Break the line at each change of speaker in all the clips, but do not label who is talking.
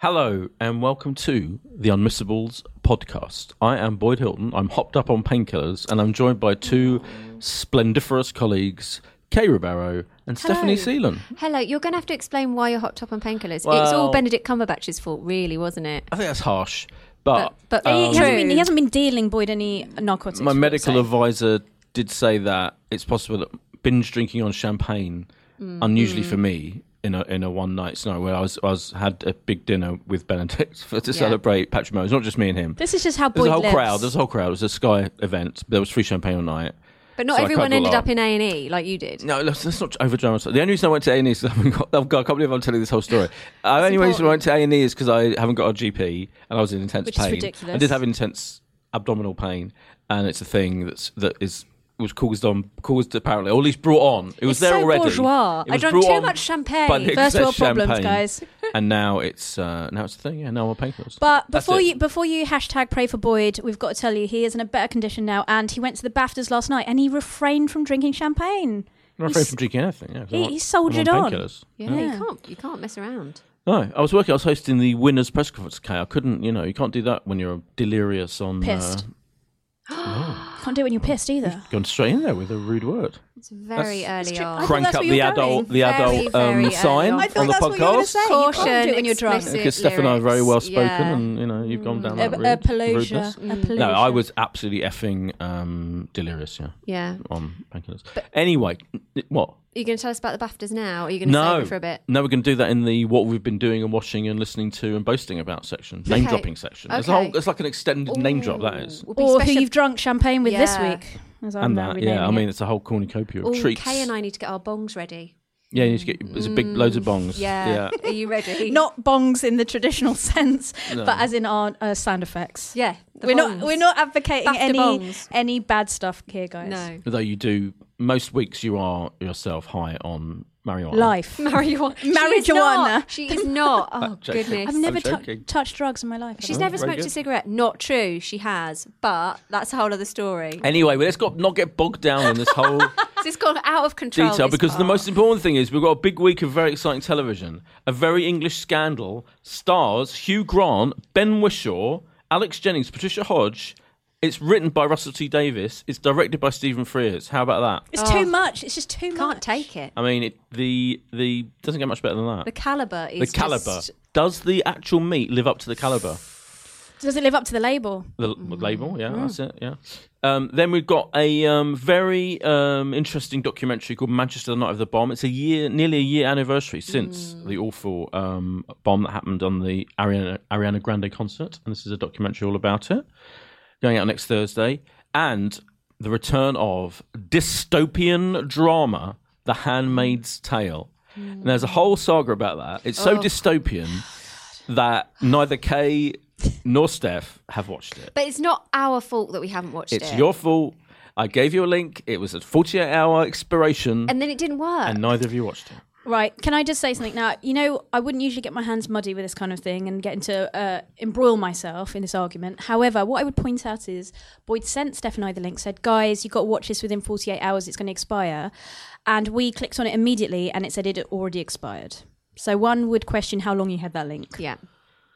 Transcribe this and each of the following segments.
Hello and welcome to the Unmissables podcast. I am Boyd Hilton. I'm hopped up on painkillers and I'm joined by two splendiferous colleagues, Kay Ribeiro and Stephanie Seelan.
Hello, you're going to have to explain why you're hopped up on painkillers. it's all
Well-
Benedict Cumberbatch's fault, really, wasn't it?
I think that's harsh, but,
But- but-
um,
He, he hasn't been, he
True.
hasn't been dealing Boyd any narcotics.
my
we would
medical
say.
advisor did say that it's possible that binge drinking on champagne,
Mm.
unusually for me, in a in a one night scenario where I was I was had a big dinner with Benedict for, to
Yeah.
celebrate Patrick Melrose, not just me and him.
This is just how
There was
Boyd
a whole
lives.
crowd. There was a whole crowd. It was a Sky event. There was free champagne all night.
But not
So I
everyone
cuddle
ended
up.
up in A and E like you did.
No, let's, let's not over The only reason I went to A and E is 'cause I haven't got. I've got- I can't believe I'm telling this whole story. The only reason I went to A and E is because I haven't got a GP and I was in intense
Which is
pain.
ridiculous.
I did have intense abdominal pain, and it's a thing that's that is was caused on caused apparently, or at least brought on. It was
It's
there
so
already.
bourgeois.
It
I
was
drank
brought
too
on
much champagne.
by the
First
excess
world problems,
champagne.
guys.
and now it's uh, now it's a thing. Yeah, now I'm on painkillers.
But
That's
before
it.
you before you hashtag pray for Boyd, we've got to tell you he is in a better condition now, and he went to the Baftas last night, and he refrained from drinking champagne.
I'm not afraid from drinking anything. Yeah, 'cause I'm
he-
on-
he soldiered
I'm
on.
painkillers.
Yeah,
Yeah.
you can't. You can't mess around.
No, I was working. I was hosting the winners' press conference. Okay, I couldn't. You know, you can't do that when you're delirious on.
Pissed. Can't do it when you're pissed either.
Uh, going straight in there with a rude word.
It's very
That's-
early
true.
on.
I thought
Crank
that's
up
where
the
you were
adult,
going.
the
Very,
adult um,
very
sign
early on. I
on the podcast.
say. You
Caution,
can't do it when you're drunk.
explicit
Because Stefan and I are very well
lyrics,
spoken,
yeah.
and you know you've gone down
A,
that
a
route.
palooza.
rudeness.
Uh, A palooza.
No, I was absolutely effing um, delirious. Yeah,
Yeah,
on painkillers. Anyway, n- what?
you're going to tell us about the Baftas now. Or are you going to
No,
save it for a bit?
no, we're going to do that in the what we've been doing and watching and listening to and boasting about section, name dropping section. It's a
Okay.
whole. It's like an extended name drop. That
Ooh,
is.
we'll be
Or who
special-
you've drunk champagne with this
Yeah.
week. as I'm
and
now
that,
renaming
yeah. I
it.
mean, it's a whole cornucopia of
Ooh,
treats.
Kay and I need to get our bongs ready. Mm.
Yeah, you need to get there's a big loads of bongs.
Yeah. Are you ready?
not bongs in the traditional sense, but as in our uh, sound effects.
Yeah. the
we're
bongs.
not we're not advocating
Bafta
any
bongs.
any bad stuff here, guys.
No.
Though you do most weeks, you are yourself high on marijuana.
Life.
Marijuana.
Marijuana.
She is not. Oh
joking.
goodness.
I've never
I'm
tou
joking.
touched drugs in my life.
She's
Oh,
never
very
smoked
good.
a cigarette. Not true. She has, but that's a whole other story.
Anyway, well, let's got, not get bogged down in this whole
So it's gone out of control.
detail
this
because the
part.
most important thing is we've got a big week of very exciting television. A very English scandal stars Hugh Grant, Ben Wishaw, Alex Jennings, Patricia Hodge. It's written by Russell T Davis. It's directed by Stephen Frears. How about that?
It's too much. It's just too much.
Oh. can't take it.
I mean, it, the the doesn't get much better than that.
The caliber
the
is
caliber.
just-
Does the actual meat live up to the caliber?
Does it live up to the label?
The l- label, yeah, that's it, yeah. Um, then we've got a um, very um, interesting documentary called Manchester: The Night of the Bomb. It's a year, nearly a year anniversary since the awful um, bomb that happened on the Ariana, Ariana Grande concert, and this is a documentary all about it. Going out next Thursday, and the return of dystopian drama, The Handmaid's Tale. And there's a whole saga about that. It's so dystopian that neither Kay nor Steph have watched it.
But it's not our fault that we haven't watched it.
It's your fault. I gave you a link. It was a 48 hour expiration, and,
And then it didn't work.
neither of you watched it.
Right. Can I just say something now? You know, I wouldn't usually get my hands muddy with this kind of thing and get into uh, embroil myself in this argument. However, what I would point out is Boyd sent Steph and I the link, said, "Guys, you've got to watch this within 48 hours. It's going to expire," and we clicked on it immediately, and it said it had already expired. So one would question how long you had that link.
yeah.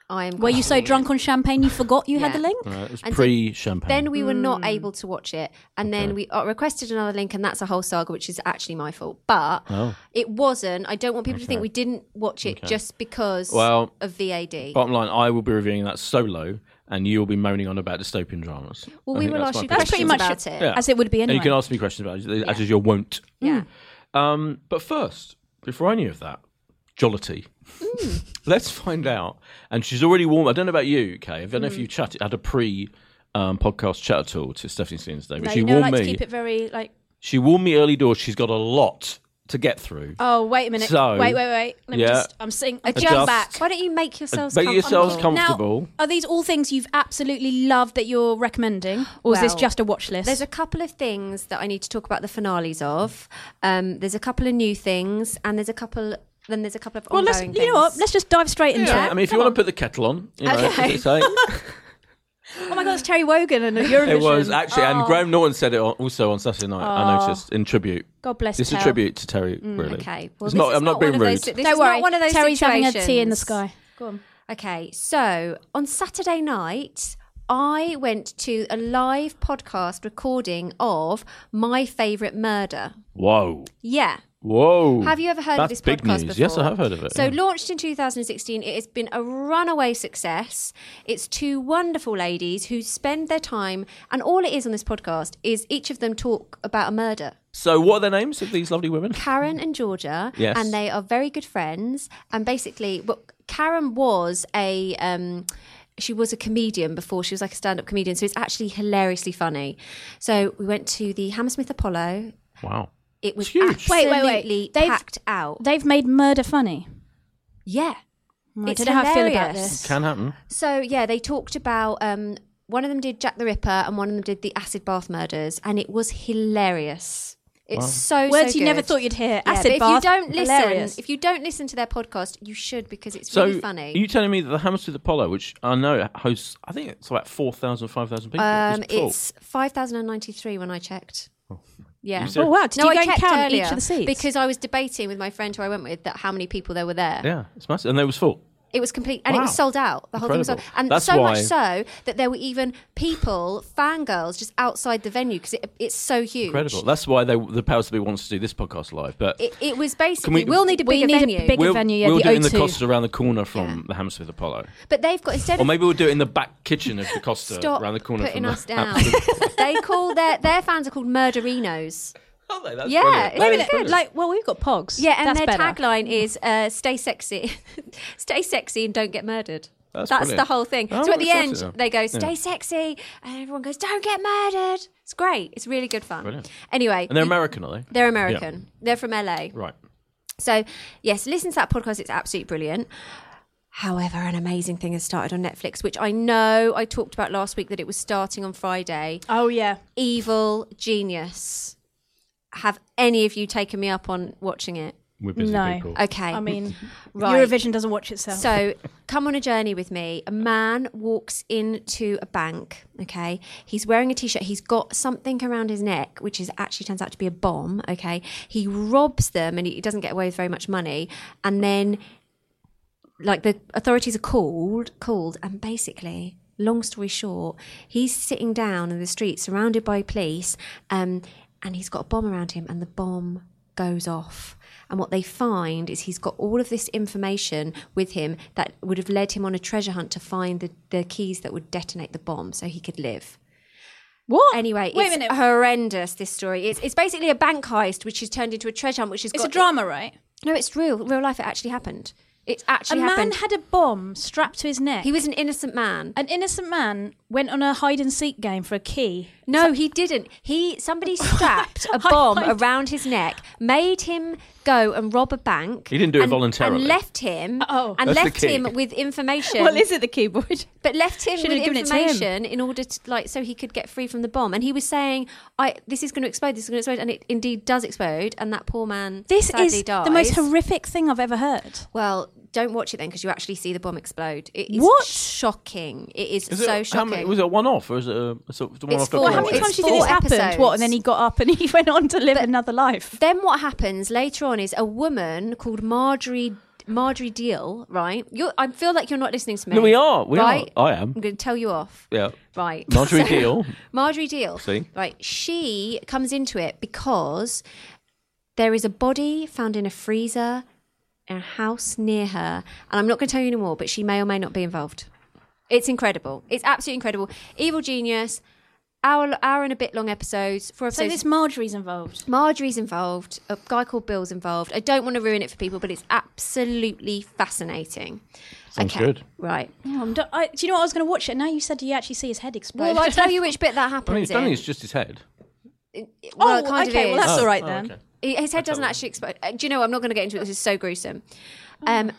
I am.
Were you so
questioning it.
drunk on champagne you forgot you had
Yeah.
the link?
It was
And so
pre champagne.
Then we were not able to watch it, and then we uh, requested another link, and that's a whole saga, which is actually my fault. But
Oh.
it wasn't. I don't want people to think we didn't watch it just because
Well,
of VAD.
Bottom line, I will be reviewing that solo, and you will be moaning on about dystopian dramas.
well,
I
we
think
will
that's
ask
my
you
point.
That's
questions
pretty much
about it.
Yeah.
As it would be
And
anyway.
you can ask me questions about it, as is your wont.
Yeah.
Um, but first, before any of that, jollity.
Mm.
Let's find out. And she's already warm. I don't know about you, Kay. I don't know if
Mm.
you chatted, had a pre um, podcast chat at all to Stephanie Stevens today, but
No,
she
you know, I
warned
like
me.
to keep it very like.
She warned me early doors. She's got a lot to get through.
Oh wait a minute!
So-
wait, wait, wait! Let
Yeah.
me just, I'm sitting. I'm
Adjust.
Jump back. Why don't you make yourselves
Make
comfortable?
yourselves comfortable.
Now, are these all things you've absolutely loved that you're recommending, or is this
Well,
just a watch list?
There's a couple of things that I need to talk about the finales of. Um, there's a couple of new things, and there's a couple. Then there's a couple of
well,
ongoing
let's
things.
you know what? Let's just dive straight into
Oh, Yeah.
it.
I mean, if you want to put the kettle on, you know,
Okay.
it's like-
Oh my God, it's Terry Wogan and Eurovision.
it was actually,
Oh.
and Graham Norton said it on- also on Saturday night. I noticed in tribute.
God bless
It's a
Tel.
tribute to Terry, really.
Mm, Okay. Well,
It's
this
not-
is
I'm not being
one of
rude.
those- this
Don't
is
worry,
not one of those
Terry's having a tea in the
situations.
sky. Go on.
Okay, so on Saturday night, I went to a live podcast recording of My Favorite Murder.
Whoa.
Yeah.
Whoa.
Have you ever heard
That's
of this
big
podcast
news.
before?
Yes, I have heard of it.
So
yeah.
launched in 2016, it has been a runaway success. It's two wonderful ladies who spend their time, and all it is on this podcast is each of them talk about a murder.
so what are their names of these lovely women?
Karen and Georgia,
Yes.
and they are very good friends. And basically, well, Karen was a. Um, she was a comedian before. She was like a stand up comedian. So it's actually hilariously funny. So we went to the Hammersmith Apollo.
Wow.
It was
Huge.
absolutely
Wait, wait, wait. They've-
packed out.
They've made murder funny.
yeah.
I
It's
don't know how I feel about
hilarious.
this.
Can happen.
So yeah, they talked about um, one of them did Jack the Ripper and one of them did the acid bath murders, and it was hilarious. It's so
Words
so
you never
good.
thought you'd hear.
Yeah, but
Acid bath.
If you don't listen,
Hilarious.
if you don't listen to their podcast, you should because it's
So
really funny.
are you telling me that the Hammersmith Apollo, which I know hosts, I think it's about 4,000, 5,000 people,
um,
is full.
it's five thousand and ninety three when I checked. Yeah.
You said-
Oh wow! Did
no,
you
I
go and
checked
count
earlier
each of the seats?
because I was debating with my friend who I went with that how many people there were there.
Yeah, it's massive. And they was full.
It was complete, and it was
Wow.
sold out. The whole thing was sold,
Incredible.
and
That's
so much
why-
so that there were even people, fangirls, just outside the venue because it, it's so huge.
Incredible. That's why they, the powers that be wants to do this podcast live. But
It, it was basically
we-
we, will need a
We
bigger
need a
venue,
big-
we'll,
venue, yeah,
we'll
the
do it in the
O2.
Costa around the corner from the Hammersmith Apollo.
but they've got instead
Or
of
maybe we'll do it in the back kitchen of the Costa
stop
around the corner
putting
from
us
the
down. they call their their fans are called Murderinos.
Are they? That's
Yeah,
brilliant.
it's
That
really
is
good.
brilliant.
like, well, we've got pogs.
Yeah, and
That's
their
better.
tagline is uh, "Stay sexy, stay sexy, and don't get murdered."
That's
the
brilliant.
whole thing.
Oh,
so at the
that's
end,
awesome.
they go, "Stay sexy," and everyone goes, "Don't get murdered." It's great. It's really good fun.
Brilliant.
Anyway,
and they're
we-
American, are they?
They're American. They're from LA.
Right.
So, yes, listen to that podcast. It's absolutely brilliant. However, an amazing thing has started on Netflix, which I know I talked about last week that it was starting on Friday.
Oh yeah.
Evil Genius. Have any of you taken me up on watching it?
We're busy
No.
people.
Okay.
I mean,
Right.
Eurovision doesn't watch itself.
So, come on a journey with me. A man walks into a bank, okay? He's wearing a t shirt. He's got something around his neck, which is actually turns out to be a bomb, okay? He robs them and he he doesn't get away with very much money. And then, like, the authorities are called, called, and basically, long story short, he's sitting down in the street surrounded by police um, and he's got a bomb around him, and the bomb goes off. And what they find is he's got all of this information with him that would have led him on a treasure hunt to find the, the keys that would detonate the bomb so he could live.
what?
Anyway,
wait a
it's
minute.
horrendous, this story. It's, it's basically a bank heist, which is turned into a treasure hunt, which is
it's a drama, right?
No, it's real. Real life, it actually happened. It actually
a man
happened.
had a bomb strapped to his neck.
he was an innocent man.
an innocent man went on a hide and seek game for a key.
No, he didn't. He somebody strapped a
I
bomb
like-
around his neck, made him go and rob a bank.
He didn't do it
and-
voluntarily.
and left him.
Oh.
and
That's the
left
key.
him with information.
it the keyboard?
but left him
Should've
with
given it to him.
information in order to like so he could get free from the bomb. And he was saying, "I this is going to explode. This is going to explode," and it indeed does explode. And that poor man
This
sadly
is
dies.
the most horrific thing I've ever heard.
Well, don't watch it then because you actually see the bomb explode. It is
What?
shocking. It is,
Is it,
so
how
shocking.
many, was it a one-off or is it a, sort of one-off?
four.
Well, how
Well,
many
it's
times do you think this
four
happened? What?
episodes.
And then he got up and he went on to live another life.
Then what happens later on is a woman called Marjorie Marjorie Deal, right? You're, I feel like you're not listening to me.
No, we are. We
right?
are. I am.
I'm going to tell you off.
Yeah.
Right.
Marjorie
So-
Deal.
Marjorie Deal.
See?
Right. She comes into it because there is a body found in a freezer in a house near her. And I'm not going to tell you anymore, but she may or may not be involved. It's incredible. It's absolutely incredible. Evil Genius, hour, hour and a bit long episodes. Four
So
episodes.
this Marjorie's involved.
Marjorie's involved, a guy called Bill's involved. I don't want to ruin it for people, but it's absolutely fascinating.
Sounds good.
Right.
Oh, I'm do, I, do you know what? I was going to watch it. Now you said you actually see his head explode.
Well, I'll tell you which bit that
I mean,
happens
it's, I think
in.
it's just his head.
Well, it
Oh,
kind
okay,
of
well,
is.
that's all right
Oh,
then.
okay.
He- His head doesn't actually explode. Uh, Do you know? I'm not going to get into it. This is so gruesome.
Oh.
Um,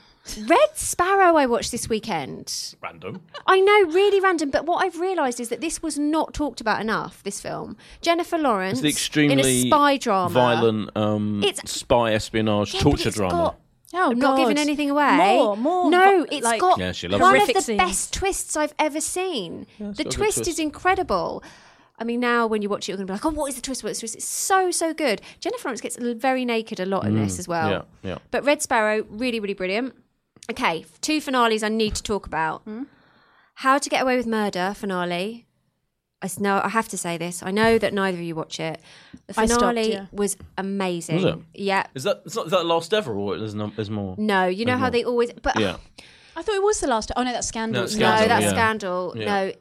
Red Sparrow, I watched this weekend.
Random.
I know, really random. But what I've realised is that this was not talked about enough. This film, Jennifer Lawrence,
It's the extremely
in a spy drama,
violent um,
It's-
spy espionage
Yeah, but
torture
it's
drama.
got-
Oh,
I'm not giving
God.
anything away.
More, more.
No,
vi-
it's
like-
got
Yeah, she loves
one of
horrific
the
scenes.
best twists I've ever seen. the
got a good
twist,
twist.
is incredible. I mean, now when you watch it, you're going to be like, "Oh, what is the twist? What is the twist?" It's so so good. Jennifer Lawrence gets l- very naked a lot in this as well.
Mm, yeah, yeah.
But Red Sparrow, really really brilliant. Okay, two finales I need to talk about.
Hmm?
How to Get Away with Murder finale. I s- know I have to say this. I know that neither of you watch it. The
I
finale
stopped, yeah.
was amazing.
Was it?
Yeah.
Is that is that, is that last ever or there's no, there's more?
No, you know how they always but
Yeah.
I thought it was the last. Oh no, that's scandal.
No, it's
isn't
Scandal,
no, that's
yeah.
scandal.
Yeah.
No,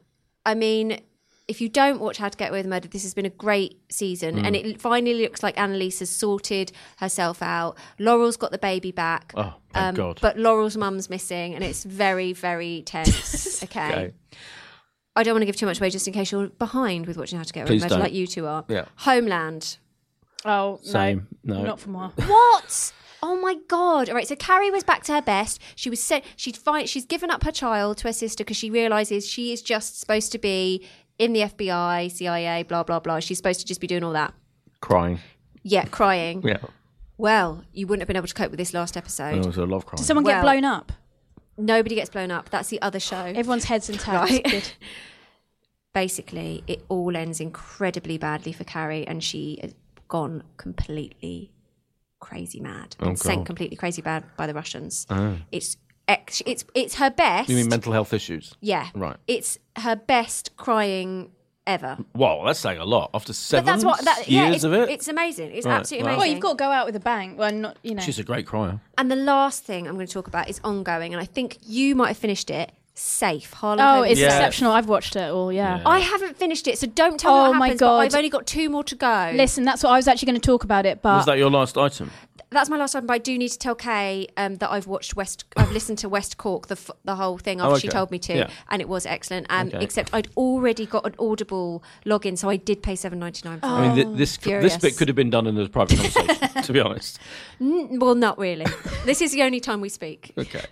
I mean, if you don't watch How to Get Away with Murder, this has been a great season,
Mm.
and it finally looks like Annalise has sorted herself out. Laurel's got the baby back. um,
Oh, thank God.
But Laurel's mum's missing, and it's very, very tense. okay.
Okay.
I don't want to give too much away, just in case you're behind with watching How to Get Away
Please
with Murder,
don't.
like you two are.
Yeah.
Homeland.
it? Oh no,
Same. No.
not for more.
What? Oh my god! All right, so Carrie was back to her best. She was sent. She'd find. She's given up her child to her sister because she realizes she is just supposed to be in the FBI, CIA, blah blah blah. She's supposed to just be doing all that.
Crying.
Yeah, crying.
Yeah.
Well, you wouldn't have been able to cope with this last episode.
There was a lot of crying.
Someone get
Well-
blown up.
Nobody gets blown up. That's the other show.
Everyone's heads intact.
Right.
Good.
Basically, it all ends incredibly badly for Carrie, and she has gone completely crazy mad and
Oh,
sent
God. Oh.
completely crazy bad by the Russians. It's ex- it's it's her best.
you mean mental health issues?
Yeah.
Right.
It's her best crying ever.
Wow, that's saying a lot. After seven
But that's what that yeah,
years
it's,
of it,
it's amazing. It's
Right,
absolutely
wow.
amazing.
Well, Oh, you've got to go out with a bang. Well, not you know.
she's a great crier.
and the last thing I'm going to talk about is ongoing, and I think you might have finished it. Safe, Harlem.
oh,
Covenant.
it's
Yeah.
exceptional. I've watched it all. Yeah.
I haven't finished it, so don't tell me
Oh,
what
my
happens. but
God.
I've only got two more to go.
Listen, that's what I was actually going to talk about it,
Uh,
but
Was that your last item?
That's my last time, but I do need to tell Kay um, that I've watched West. I've listened to West Cork the f- the whole thing after she
Oh, okay.
told me to,
Yeah.
and it was excellent. Um,
Okay.
Except I'd already got an Audible login, so I did pay seven ninety nine. for it.
Oh,
I mean, th- this
furious.
this bit could have been done in a private conversation, to be honest.
N- Well, not really. this is the only time we speak.
Okay.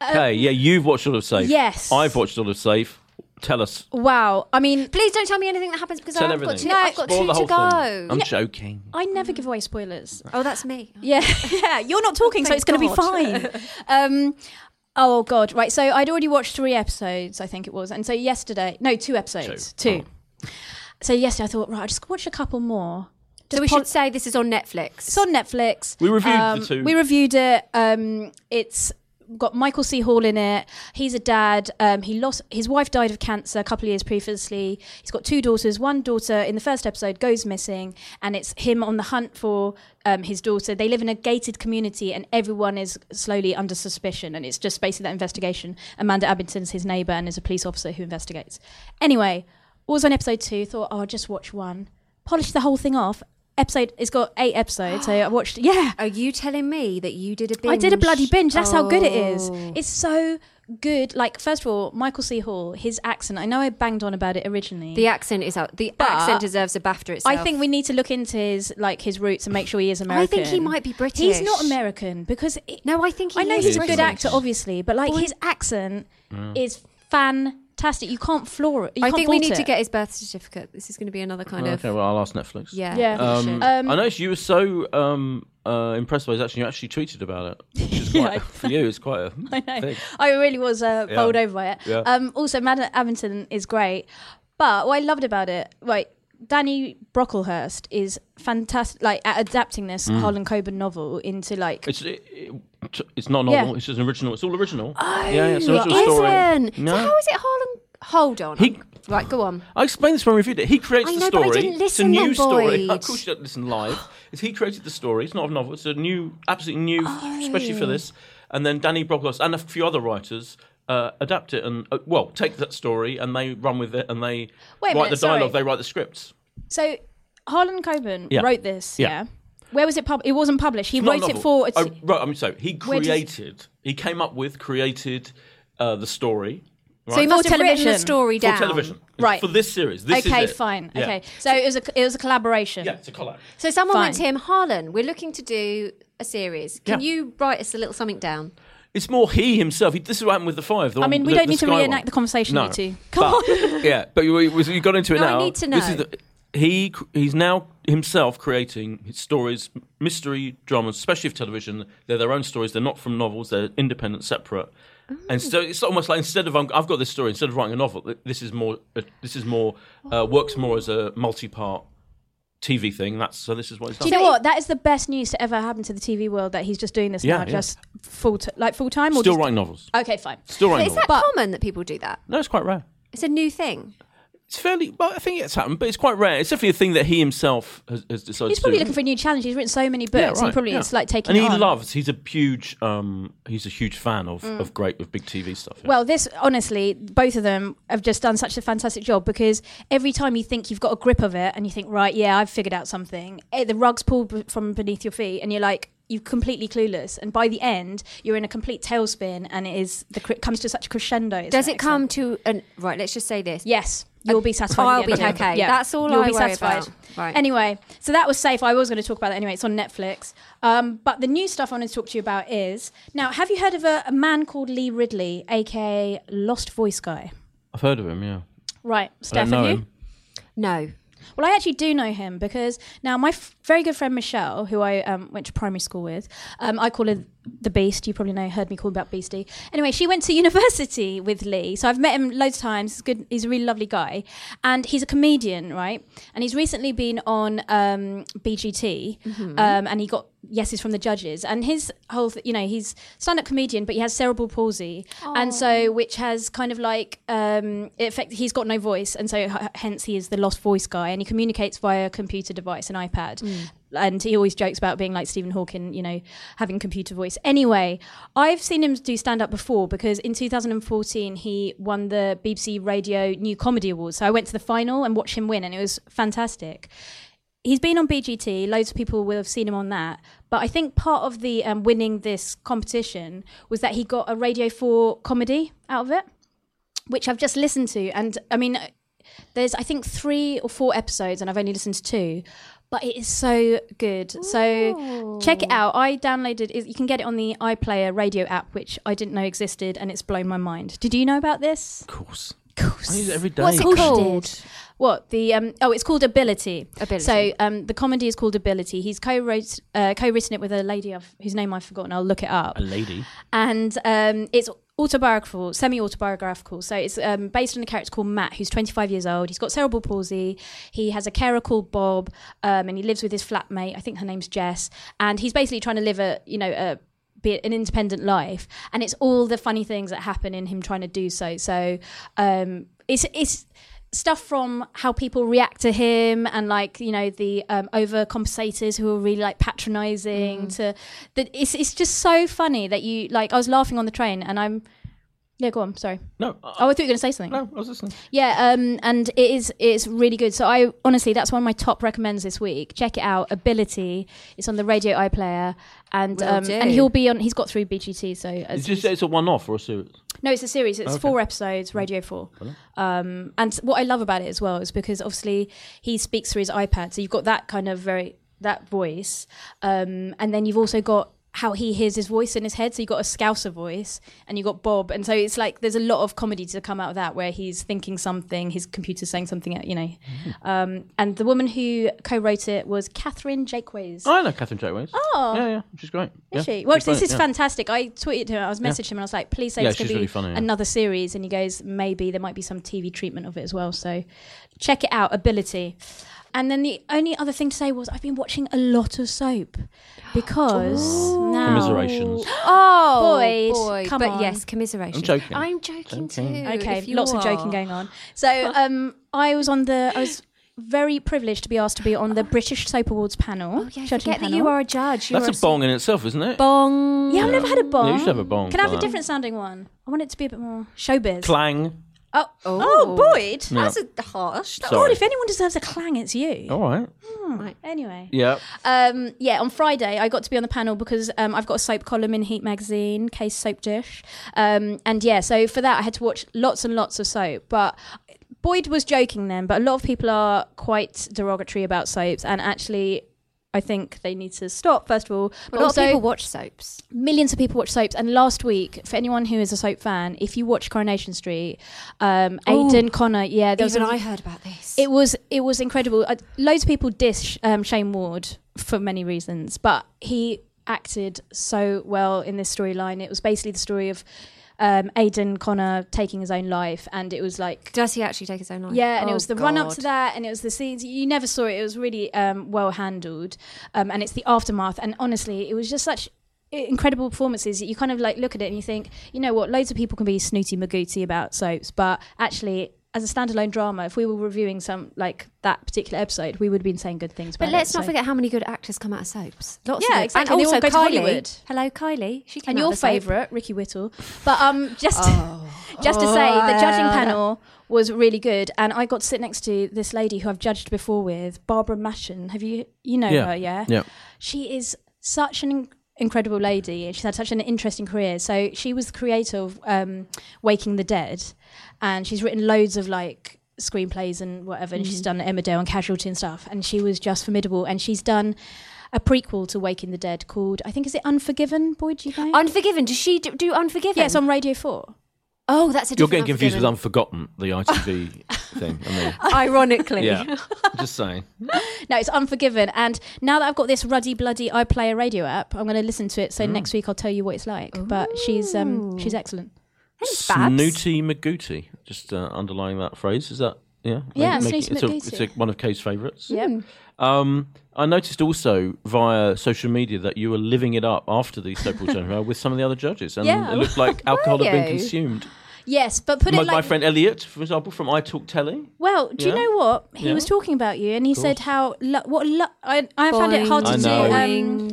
Um,
Okay. Yeah, you've watched all of Safe.
yes.
I've watched all of Safe. Tell us.
wow. I mean,
Please don't tell me anything that happens because
Tell
I've
everything.
got two. I've got
Spoil
two
the
to
whole
go.
thing. I'm joking.
I never give away spoilers.
Oh, that's me.
Mm. Yeah, yeah. You're not talking, so
Thank
it's going to be
God.
fine. um, oh God, right. So I'd already watched three episodes, I think it was, and so yesterday, no, two episodes, two.
Oh.
So yesterday, I thought, right, I'll just watch a couple more.
So we
pol-
should say this is on Netflix.
It's on Netflix.
We reviewed the
Um,
two.
We reviewed it. Um, it's got Michael C. Hall in it. He's a dad. Um, he lost his wife died of cancer a couple of years previously. He's got two daughters. One daughter in the first episode goes missing, and it's him on the hunt for um, his daughter. They live in a gated community, and everyone is slowly under suspicion. And it's just basically that investigation. Amanda Abington's his neighbour and is a police officer who investigates. Anyway, was on episode two. Thought, oh, I'll just watch one. Polish the whole thing off. Episode. It's got eight episodes, so I watched. Yeah,
Are you telling me that you did a binge?
I did a bloody binge. That's how good it is.
Oh.
It's so good. Like, first of all, Michael C. Hall, his accent. I know I banged on about it originally.
The accent is out. The
But-
accent deserves a BAFTA
I
itself.
think we need to look into his like his roots and make sure he is American.
I think he might be British.
He's not American because it,
No, I think he
I know
is
he's a
British.
good actor, obviously, but like
Well,
his accent is fantastic. You can't floor it. You
I
can't
think we
fault
need
it.
to get his birth certificate. This is going to be another kind
Okay.
of
Well, I'll ask Netflix.
yeah. Oh,
Yeah.
we should.
Um, I noticed you were so um, uh, impressed by his action. You actually tweeted about it, which is
Yeah,
quite
I-
for you. It's quite a
I know.
thing.
I really was uh,
Yeah.
bowled over by it.
Yeah.
Um, also, Madam Abington is great. But what I loved about it, right, Danny Brocklehurst is fantastic, like at adapting this Harlan Coben novel into like.
Mm. It's it, it- it's not novel.
Yeah.
It's just an original. It's all original. Oh, yeah, yeah, it's an
It
original story.
isn't.
No.
So how is it Harlem? Hold on.
He-
right, go on.
I explained this when we reviewed it. He creates
I
the
know, but I
story.
didn't
it's a
listen
new
then,
story.
Boyd.
Of course, you don't listen live. It's he created the story. It's not a novel. It's a new, absolutely new, especially
Oh.
for this. And then Danny Broglos and a few other writers. Uh, adapt it and uh, well take that story and they run with it and they write
Wait a minute,
the dialogue they
sorry.
write the scripts
So Harlan Coben
Yeah.
wrote this,
Yeah.
yeah. Where was it pub? It wasn't published. He
Not a
wrote it
novel. Oh,
for.
I, right, I'm sorry. He
Where does-
created. He came up with, created uh, the story
So he
Right.
must
For
have written the
television.
story
for
down.
television.
Right.
for this series. This
okay,
is it.
fine.
Yeah.
Okay, so it was a it was a collaboration.
Yeah, it's a collab.
So someone went to
Fine.
him, Harlan, we're looking to do a series. Can
Yeah.
you write us a little something down?
It's more he himself. He, this is what happened with the five. the
I
one-
mean, we
the-
don't
the
need to
Sky one.
reenact the conversation,
No,
you two. Come
but-
on.
yeah, but you, you you got into it
No, I
now.
need to
This
know.
is the, he cr- he's now himself creating his stories, mystery dramas, especially for television. They're their own stories. They're not from novels. They're independent, separate. And
Oh.
so it's almost like instead of I'm, I've got this story,
Oh.
instead of writing a novel, th- this is more uh, this is more uh, works more as a multi-part TV thing. That's so. This is what it's
Do
done.
you know what? That is the best news to ever happen to the TV world that he's just doing this
Yeah,
now,
yeah.
just full t- like full time or
Still
just-
writing novels.
Okay, fine.
Still
But
writing
is
novels.
that common that people do that?
No, it's quite rare.
It's a new thing.
It's fairly. Well, I think it's happened, but it's quite rare. It's definitely a thing that he himself has, has decided
He's
to
probably
do.
looking for a new challenge. He's written so many books.
Yeah,
he
right,
probably
yeah.
it's like taking.
and he
it on.
loves. He's a huge. Um, he's a huge fan of, of great of big TV stuff. yeah.
Mm. Well, this honestly, both of them have just done such a fantastic job because every time you think you've got a grip of it and you think, right, yeah, I've figured out something, eh, the rug's pulled b- from beneath your feet, and you're like. You're completely clueless, and by the end, you're in a complete tailspin, and it is the cr- comes to such a crescendo. it's
Does
like
it come to an right? Let's just say this.
Yes, you'll be satisfied.
I'll
at the end
be
of it.
okay. That's all
you'll
I
be
worry
satisfied.
about. Right.
Anyway, so that was safe. I was going to talk about that anyway. It's on Netflix. Um, but the new stuff I wanted to talk to you about is now. Have you heard of a, a man called Lee Ridley, aka Lost Voice Guy?
I've heard of him. Yeah,
Right,
I don't
Steph,
know
have you?
him.
No.
Well, I actually do know him because now my f- very good friend Michelle, who I um, went to primary school with, um, I call her the Beast. You probably know, heard me call about Beastie. Anyway, she went to university with Lee, so I've met him loads of times. He's good. He's a really lovely guy, and he's a comedian, right? And he's recently been on um, BGT, um, and he got yeses from the judges. And his whole, th- you know, he's stand-up comedian, but he has cerebral palsy, and so which has kind of like um, it affect. He's got no voice, and so h- hence he is the lost voice guy, and he communicates via a computer device, an iPad. And he always jokes about being like Stephen Hawking, you know, having computer voice. Anyway, I've seen him do stand up before because in 2014 he won the BBC Radio New Comedy Awards. So I went to the final and watched him win, and it was fantastic he's been on BGT. Loads of people will have seen him on that. But I think part of the um, winning this competition was that he got a Radio Four comedy out of it, which I've just listened to. And I mean, uh, there's I think three or four episodes, and I've only listened to two. But it is so good. So check it out. I downloaded it. You can get it on the iPlayer radio app, which I didn't know existed, and it's blown my mind. Did you know about this?
Of course.
course.
I use it every day.
What's it
Of course you
called?
did. What the um? Oh, it's called Ability.
Ability.
So um, the comedy is called Ability. He's co-wrote, uh, co-written it with a lady I've, whose name I've forgotten. I'll look it up
A lady.
and um, it's autobiographical, semi-autobiographical. So it's um, based on a character called Matt, who's 25 years old. He's got cerebral palsy. He has a carer called Bob, um, and he lives with his flatmate. I think her name's Jess, and he's basically trying to live a, you know, a be an independent life. And it's all the funny things that happen in him trying to do so. So um, it's it's stuff from how people react to him and like you know the um, overcompensators who are really like patronizing
Mm.
to that it's, it's just so funny that you like i was laughing on the train and i'm yeah go on sorry
No.
oh
I,
i thought you were going to say something
no. I was listening.
yeah um and it is it's really good so i honestly that's one of my top recommends this week check it out ability it's on the radio iplayer and
Will
um
do.
and he'll be on he's got through bgt so
It's
as
just it's a one-off or a series.
no, it's a series. It's
Okay.
four episodes, Radio Four. Um, and what I love about it as well is because obviously he speaks through his iPad, so you've got that kind of very that voice, um, and then you've also got how he hears his voice in his head. So you've got a Scouser voice, and you've got Bob, and so it's like there's a lot of comedy to come out of that, where he's thinking something, his computer's saying something, you know. Um, and the woman who co-wrote it was Catherine Jakeways.
I know Catherine Jakeways.
Oh.
Yeah, yeah. She's great.
Is
yeah.
she? Well,
She's
this
brilliant,
is
yeah.
fantastic. I tweeted him. I was messaging him. and I was like, "Please say
Yeah,
this could
she's
be
really funny, yeah.
another series." And he goes, "Maybe there might be some TV treatment of it as well." So, check it out. Ability. And then the only other thing to say was I've been watching a lot of soap because now
Commiserations.
Oh,
Boyd, come
but
on.
yes, commiseration.
I'm joking.
I'm
Joking.
joking, too.
Okay,
if you
lots of joking
are.
going on. So, um, I was on the. I was very privileged to be asked to be on the British Soap Awards panel.
Oh, Yeah, I
judging
forget that
panel.
you are a judge. You're
That's a bong in itself, isn't it?
bong.
Yeah, I've never had a bong.
Yeah, you should have a bong
Can I
for
have a
that.
different sounding one? I want it to be a bit more showbiz.
Clang.
Oh,
Oh.
oh, Boyd.
That's a harsh. That
God,
Sorry. Oh.
if anyone deserves a clang, it's you.
All right.
Anyway,
Yeah.
um, yeah, on Friday I got to be on the panel because um, I've got a soap column in Heat Magazine, Case Soap Dish, um, and yeah, so for that I had to watch lots and lots of soap. But Boyd was joking then, but a lot of people are quite derogatory about soaps, and actually. I think they need to stop first of all. But
a lot
also,
of people watch soaps.
millions of people watch soaps. And last week, for anyone who is a soap fan, if you watch Coronation Street, um, Aidan Connor, yeah, there was
Oh, Even
a-
I heard about this.
it was it was incredible. Uh, loads of people dish um, Shane Ward for many reasons, but he acted so well in this storyline. It was basically the story of um, Aidan Connor taking his own life, and it was like
Does he actually take his own life?
yeah, and
Oh,
it was the run up
God.
to that, and it was the scenes. You never saw it. It was really um, well handled, um, and it's the aftermath. And honestly, it was just such i- incredible performances. that You kind of like look at it and you think, you know what? Loads of people can be snooty magooty about soaps, but actually. As a standalone drama, if we were reviewing some like that particular episode, we would have been saying good things.
But
about it,
let's not
so-
forget how many good actors come out of soaps. Lots of
Yeah,
them.
exactly.
And
They
also
all go to
Kylie.
Hollywood.
Hello, Kylie. She came
and
out
your
of a soap.
favourite, Ricky Whittle. But um, just
Oh.
just to say, the judging panel was really good, and I got to sit next to this lady who I've judged before with, Barbara Mashin. Have you you know
Yeah.
her? Yeah,
Yeah.
She is such an in- incredible lady, and she's had such an interesting career. So she was the creator of um, Waking the Dead, and she's written loads of like screenplays and whatever, and she's
Mm-hmm.
done Emmerdale and Casualty and stuff, and she was just formidable, and she's done. A prequel to Waking the Dead called, I think, is it Unforgiven? Boy, do you know?
Unforgiven. Does she do, do Unforgiven?
Yeah, it's on Radio 4.
Oh, that's a
You're
different
getting confused with
Unforgiven.
Unforgotten, the ITV thing. I mean,
Ironically.
yeah. Just saying.
No, it's Unforgiven. And now that I've got this ruddy bloody iPlayer radio app, I'm going to listen to it.
Mm.
So next week I'll tell you what it's like. But she's um, she's excellent.
Babs.
Snooty McGooty. Just uh, underlying that phrase. Is that yeah?
Yeah,
Make-
Snooty
it's, a,
McGooty.
it's a, one of Kay's favourites.
Hmm.
Yeah.
Um, I noticed also via social media that you were living it up after the Soap Alternative with some of the other judges, and
Yeah.
it looked like alcohol had been
you?
consumed.
Yes, but put
My,
it like
my friend Elliot, for example, from I Talk Telly.
well. Do
Yeah.
you know what he
Yeah.
was talking about you? And he said how lo- what lo- I I found it hard
I
to do.
know.
Um,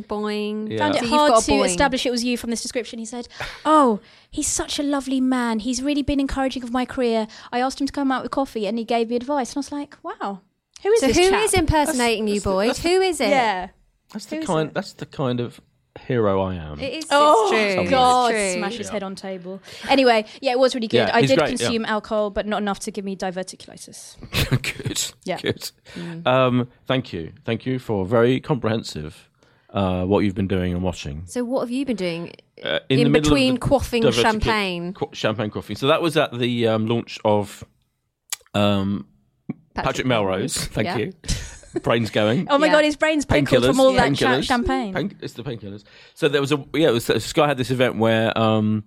Boing, boing.
Yeah.
found
So
it
you've
hard
got a
to
boing.
establish it was you from this description. He said, "Oh, he's such a lovely man. He's really been encouraging of my career. I asked him to come out with coffee, and he gave me advice. And I was like, wow, who is
So
this
who
chap?
is impersonating you, Boyd? Who is it?
Yeah,
That's the kind. That's the kind of hero I am.
It is. It's
oh
true. It's
God,
true.
smash his head on table. Anyway, yeah, it was really good.
Yeah,
I
he's
did
great, yeah.
consume alcohol, but not enough to give me diverticulitis.
good.
Yeah. Mm.
Good. Um, thank you. Thank you for very comprehensive. Uh, what you've been doing and watching
So what have you been doing?
uh,
In
the middle of
between
the
quaffing
diverticu-
champagne.
qu- champagne coffee. So that was at the um, launch of um, Patrick, Melrose. Thank
Yeah.
you. Brain's going.
Oh my
Yeah.
God, his brain's pickled
Painkillers.
from all that cha-
Painkillers.
champagne.
Pain- it's the painkillers. So there was a yeah. It was, Sky had this event where um,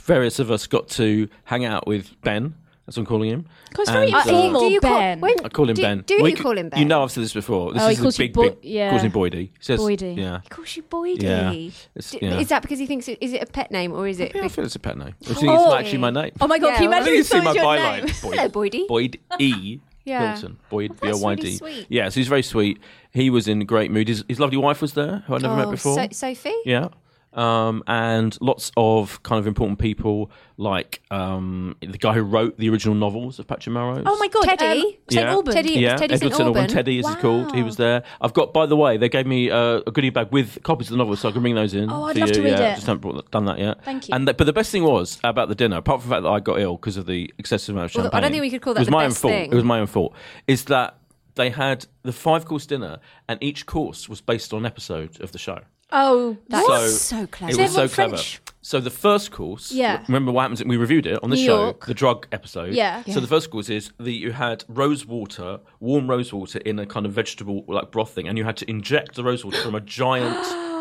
various of us got to hang out with Ben. That's what I'm calling him.
God, it's very
And, uh,
informal.
Do you
Ben.
Call, when,
I call him
do,
Ben.
Do
Well,
you
c-
call him Ben?
You know, I've said this before. This
Oh, he
is a
calls you
big,
Boy-
big.
yeah.
Calls me Boydie. He says,
Boydie.
Yeah.
Calls you Boydie.
Yeah. It's-
D-
yeah.
Is that because he thinks it, is it a pet name or is it?
Yeah, I
big-
feel it's a pet name. I think it's
Oh.
actually my name.
Oh my God,
Yeah,
can you
well,
I
imagine
think you
if
see
someone
my
saw your name?
byline. Boyd.
Hello, Boydie.
Boyd E.
Yeah.
Hilton. Boyd B O
that's
Y
really
D.
sweet.
Yeah, so he's very sweet. He was in great mood. His, his lovely wife was there, who I'd never met
Oh,
before.
So, Sophie.
Yeah. Um, and lots of kind of important people, like um, the guy who wrote the original novels of Patrick Melrose.
Oh my God,
Teddy.
um, St.
Yeah.
Alban.
Teddy-
Yeah,
Teddy
Edward
St.
St. Alban.
Alban.
Teddy, as he's called. He
Wow.
was there. I've got, by the way, they gave me uh, a goodie bag with copies of the novels, so I can bring those in.
Oh, I'd
for
love
you.
to read
yeah,
it.
Just haven't brought that, done that yet.
Thank you.
And the, but the best thing was about the dinner, apart from the fact that I got ill because of the excessive amount of
Although I
champagne.
don't think we could call
it
that
was
the
my
best
own fault.
thing.
It was my own fault. Is that they had the five course dinner, and each course was based on an episode of the show.
Oh,
That's
So-
so clever.
It
Is
was so
everyone
clever.
French?
So the first course,
Yeah.
remember what happens? We reviewed it on the
New
show,
York.
the drug episode.
Yeah.
So the first course is that you had rose water, warm rose water in a kind of vegetable like broth thing, and you had to inject the rose water from a giant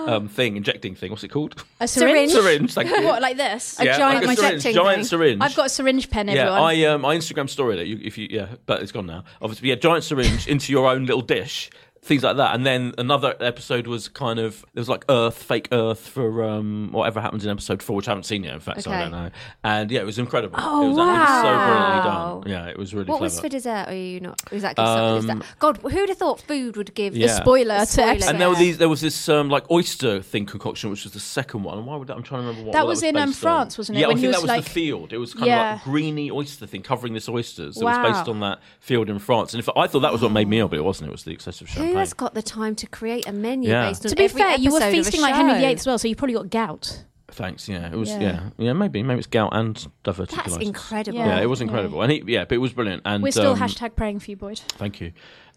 um, thing, injecting thing. What's it called?
a syringe.
syringe. Thank you.
What like this?
A
Yeah,
giant
like a syringe,
injecting
giant
thing.
syringe.
I've got a syringe pen,
Yeah,
everyone.
I um, I Instagram story that you if you yeah, but it's gone now. Obviously, yeah, giant syringe into your own little dish, things like that. And then another episode was kind of there was like Earth, fake Earth for um whatever happens in episode four, which I haven't seen yet. In fact, so I
Okay.
don't know. And yeah, it was incredible.
Oh,
it was, actually- it
wow.
was so brilliantly done. Yeah, it was really
What
clever.
was for dessert? Are you not? Was that, um,
Um,
God? Who'd have thought food would give
Yeah.
spoiler to episode.
and there were these. There was this um, like oyster thing concoction, which was the second one. And why would that, I'm trying to remember what
That
what
was in, um,
based on.
France, wasn't it?
Yeah,
When
I
he
think that
was,
was
like-
the field. It was kind
Yeah.
of like greeny oyster thing covering this oysters. It
Wow.
was based on that field in France. And if I thought that was what made me ill, but it wasn't. It was the excessive
Who
champagne.
has got the time to create a menu
Yeah.
based on
to be
every
fair, you were
episode of a
feasting like Henry
show?
VIII as well, so you probably got gout.
Thanks. Yeah, it was.
Yeah.
Yeah, yeah, maybe maybe it's gout and diverticulitis.
That's incredible.
Yeah.
Yeah, it was incredible, and he, yeah, but it was brilliant. And
We're still
um,
hashtag praying for you, Boyd.
Thank you,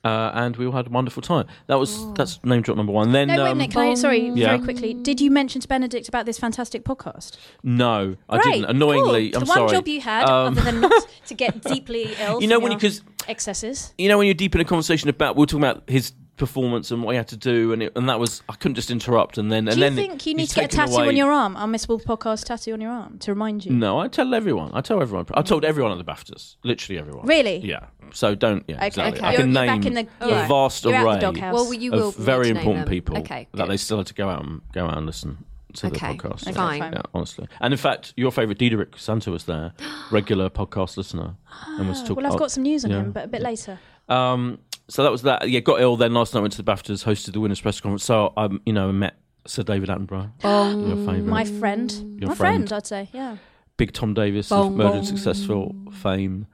uh, and we all had a wonderful time. That was that's name drop number one. Then
Oh. No, wait a
um,
minute. Can I, sorry,
Yeah.
very quickly. Did you mention to Benedict about this fantastic podcast?
no, I
Great,
didn't. Annoyingly,
cool.
I'm
the one
sorry.
job you had,
Um,
other than not to get deeply ill.
you know
from
when you
your
because
excesses.
you know when you're deep in a conversation about we were talking about his performance and what he had to do, and it, and that was I couldn't just interrupt and then and
Do you
then
think
it-
you need
he's
to get a
taken
tattoo on
away-
your arm? Our Miss World podcast tattoo on your arm to remind you.
No, I tell everyone. I tell everyone. I told everyone at the Baftas, literally everyone.
Really?
Yeah. So don't. Yeah. Exactly.
okay.
I
You're-
can
you're
name
back in the-
a
yeah.
vast
You're out the
array
doghouse.
Well, you will
of very
need to name
important
them.
people
Okay,
that
good.
they still had to go out and go out and listen to
Okay,
the podcast.
okay, fine.
Yeah, honestly. And in fact, your favourite Diederik Santa was there, regular podcast listener, and was talking.
Well, I've got some news on
yeah.
him, but a bit later.
Um, so that was that. Yeah, got ill. Then last night went to the Baftas, hosted the winners' press conference. So I, um, you know, met Sir David Attenborough, your
Mm,
favourite,
My friend.
Your
My
friend.
friend, I'd say. Yeah.
big Tom Davis, of
Bong,
murdered
bong.
successful fame.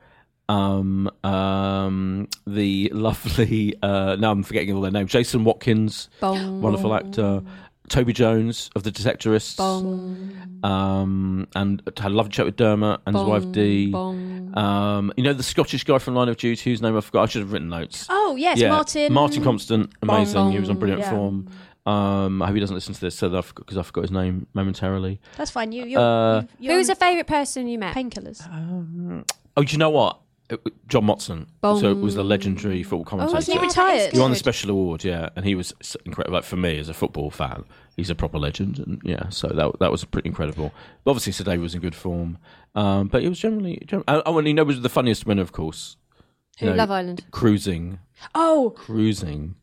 Um, um, the lovely. Uh, now I'm forgetting all their names. Jason Watkins,
Bong.
wonderful actor. Toby Jones of the Detectorists,
Mm. Bong.
um, and had a lovely chat with Dermot and his wife Dee.
Bong.
Um, you know the Scottish guy from Line of Duty, whose name I forgot. I should have written notes.
Oh yes, Martin.
Martin Constant, amazing.
Bong.
he was on brilliant
Yeah.
form. Um, I hope he doesn't listen to this, so that I forgot because I forgot his name momentarily.
That's fine. You. You're,
Uh,
you're
Who was a favourite person you met?
painkillers?
Oh, do you know what? It- John Motson.
Bong.
So it was the legendary football commentator.
Oh, wasn't he
Yeah, that is
retired?
He won the
good.
special award, yeah, and he was s- incredible. Like for me, as a football fan, he's a proper legend, and yeah, so that that was pretty incredible. But obviously, Sir David was in good form, um, but it was generally. gen- Oh, oh, and you know, was the funniest winner, of course. You know,
Love Island.
cruising,
Oh,
cruising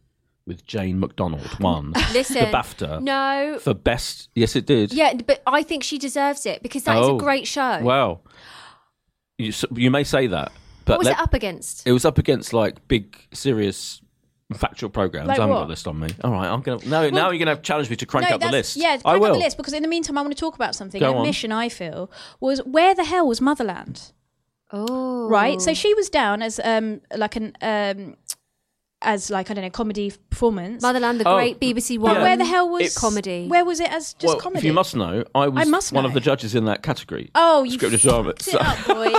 with Jane McDonald won
Listen.
the BAFTA
No.
for best. Yes, it did.
Yeah, but I think she deserves it because that is
Oh.
a great show.
Wow. You, s you may say that, but
what was
let-
it up against?
It was up against like big, serious, factual programs.
Like
I haven't
what?
got a list on me. All right, I'm gonna now. now you're gonna challenge me to crank up the
that's-
list.
Yeah,
I
crank
will.
up the list because in the meantime, I want to talk about something.
Go
An
on.
admission I feel was where the hell was Motherland?
Oh.
Right. So she was down as um like an um as like I don't know comedy performance.
Motherland, the
Oh,
great BBC One.
but where the hell was
It's-
comedy?
Where was it as just
Well,
comedy?
if you must know, I was
I must
one of
know.
the judges in that category.
Oh, you
Scripted
fucked
drama,
it
so-
up, Boyd.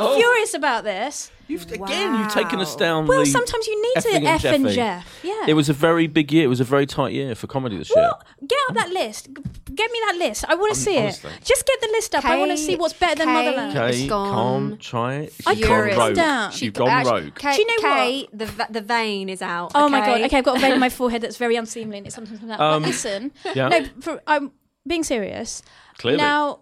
I'm
Oh.
furious about this.
You've, Again, you've taken us
Wow.
down.
Well,
the
sometimes you need
effing
to F and
jeffing.
Jeff. Yeah.
It was a very big year. It was a very tight year for comedy this year.
Well, Get up that list. G- Get me that list. I want to see
honestly.
it. Just get the list up. I want to
Kay-
see what's better than
Kay-
Motherland.
Kay-
Okay,
It's gone.
calm, try it.
I
You've
can't
gone
calm
rogue.
down. She
You've gone
Actually,
rogue.
Kay,
Do you know what?
Kay, The, va- the vein is out.
Oh my god.
okay?
Okay, I've got a vein in my forehead that's very unseemly, and it sometimes comes out.
Um,
but listen,
yeah.
no, for, I'm being serious.
Clearly.
Now,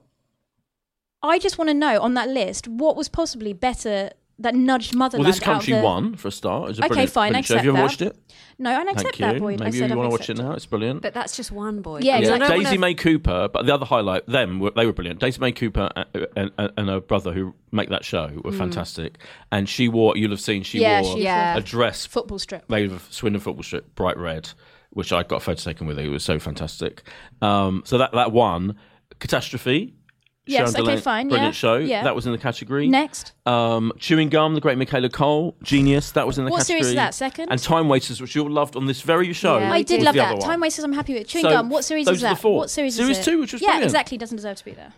I just want to know on that list what was possibly better that nudged
well,
Motherland.
this
out of
country
the-
won for a start. It was a
Okay,
brilliant,
fine, I
brilliant show. Have
accept
you ever
that.
watched it?
No, and I accept
Thank you.
that, Boyd. I
Maybe
said
you
I've
want to watch it
accepted.
now. It's brilliant.
But that's just one boy.
Yeah,
Yeah,
I don't
Daisy
wanna-
May Cooper, but the other highlight, them, were, they were brilliant. Daisy May Cooper and, and, and her brother who make that show were fantastic. And she wore, you'll have seen, she
Hmm. Yeah,
wore
she-
yeah.
a dress
Football strip.
made of Swindon football strip, bright red, which I got a photo taken with her. It was so fantastic. Um, so that, that one, Catastrophe.
Yes,
Sharon
okay,
Delane,
fine,
Brilliant
yeah,
show.
yeah.
That was in the category.
Next.
Um, Chewing Gum, the great Michaela Cole, Genius. That was in the
What
category.
series is that, second?
And Time Wasters, which you all loved on this very show.
Yeah,
I
we
did
was
love
the other
that.
one.
Time Wasters, I'm happy with. it. Chewing
So,
Gum, what series
those
is
are the
that?
four.
What series,
Series
is it?
two, which was
Yeah,
brilliant.
exactly. Doesn't deserve to be there.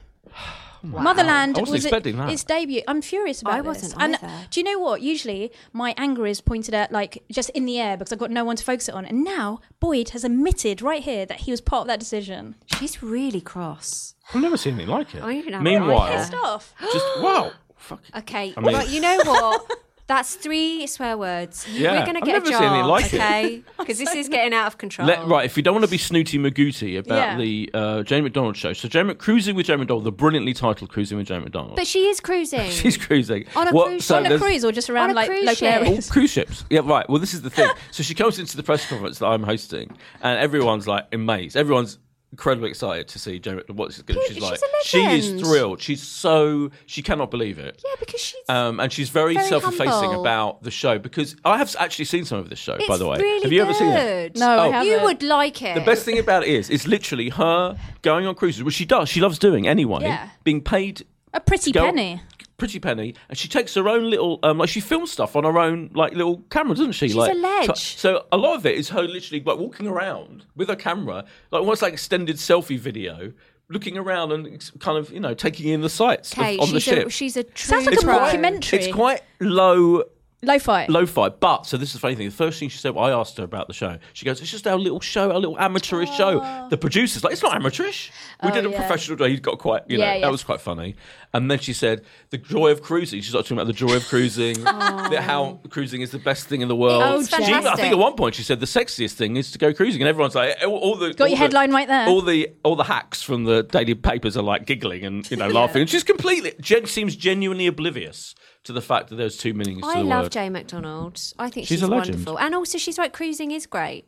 Motherland
I wasn't
was it-
expecting that.
its debut. I'm furious about
I
this.
wasn't
And uh,
either.
do you know what? Usually my anger is pointed at like just in the air because I've got no one to focus it on. And now Boyd has admitted right here that he was part of that decision.
She's really cross.
I've never seen anything like it.
I didn't have
Meanwhile,
it.
Pissed off.
just wow, fuck.
Okay,
I mean-
right, you know what? That's three swear words. You-
Yeah,
We're going
I've
to get
never
a
seen anything
jar,
like it.
okay? Because this is getting out of control.
Let, right, if you don't want to be snooty magooty about
Yeah.
the uh, Jane McDonald show, so Jane Mc- cruising with Jane McDonald, the brilliantly titled "Cruising with Jane McDonald."
But she is cruising.
she's cruising
On a
What-
cruise-
so
on a
On a
there's-
cruise or just
On
around
a
like
cruise
local
ship.
All
areas.
Oh, cruise ships. Yeah, right. Well, this is the thing. So she comes into the press conference that I'm hosting, and everyone's like amazed. Everyone's incredibly excited to see Jane. McDonald. What she's going to
She's
She's like,
a
she is
legend.
thrilled. She's so she cannot believe it.
yeah, because she's.
Um, and she's very,
Very
self-effacing
humble.
about the show because I have actually seen some of this show.
it's
by the way,
really
have you ever seen it?
good.
No, I haven't.
You would like it.
The best thing about it is, it's literally her going on cruises, which she does. She loves doing anyway.
Yeah.
Being paid
A pretty
go-
penny.
pretty penny, and she takes her own little um, like she films stuff on her own like little camera, doesn't she? She's like,
a ledge.
So, so a lot of it is her literally like walking around with her camera, like almost like extended selfie video, looking around and ex- kind of you know taking in the sights of-
Okay,
on
she's
the ship.
a, she's a true
Sounds like a
pro.
mockumentary.
It's quite low
Lo-fi.
Lo-fi, but so this is the funny thing. The first thing she said, well, I asked her about the show. She goes, "It's just our little show, our little amateurish show." The producers like, "It's not amateurish. We
Ah. Oh,
did a
yeah.
professional day. You got quite, you know,
Yeah, yeah.
that was quite funny." And then she said, "The joy of cruising." She's like talking about the joy of cruising, that how cruising is the best thing in the world.
Oh, It's
She even- I
fantastic.
think at one point she said the sexiest thing is to go cruising, and everyone's like, all, all the
Got
all the-
your headline right there.
All the all the hacks from the daily papers are like giggling and you know laughing, and she's completely gen- seems genuinely oblivious to the fact that there's two meanings to
I
the
love
word.
Jay McDonald. I think
She's
she's,
a legend.
wonderful. And also, she's right, cruising is great.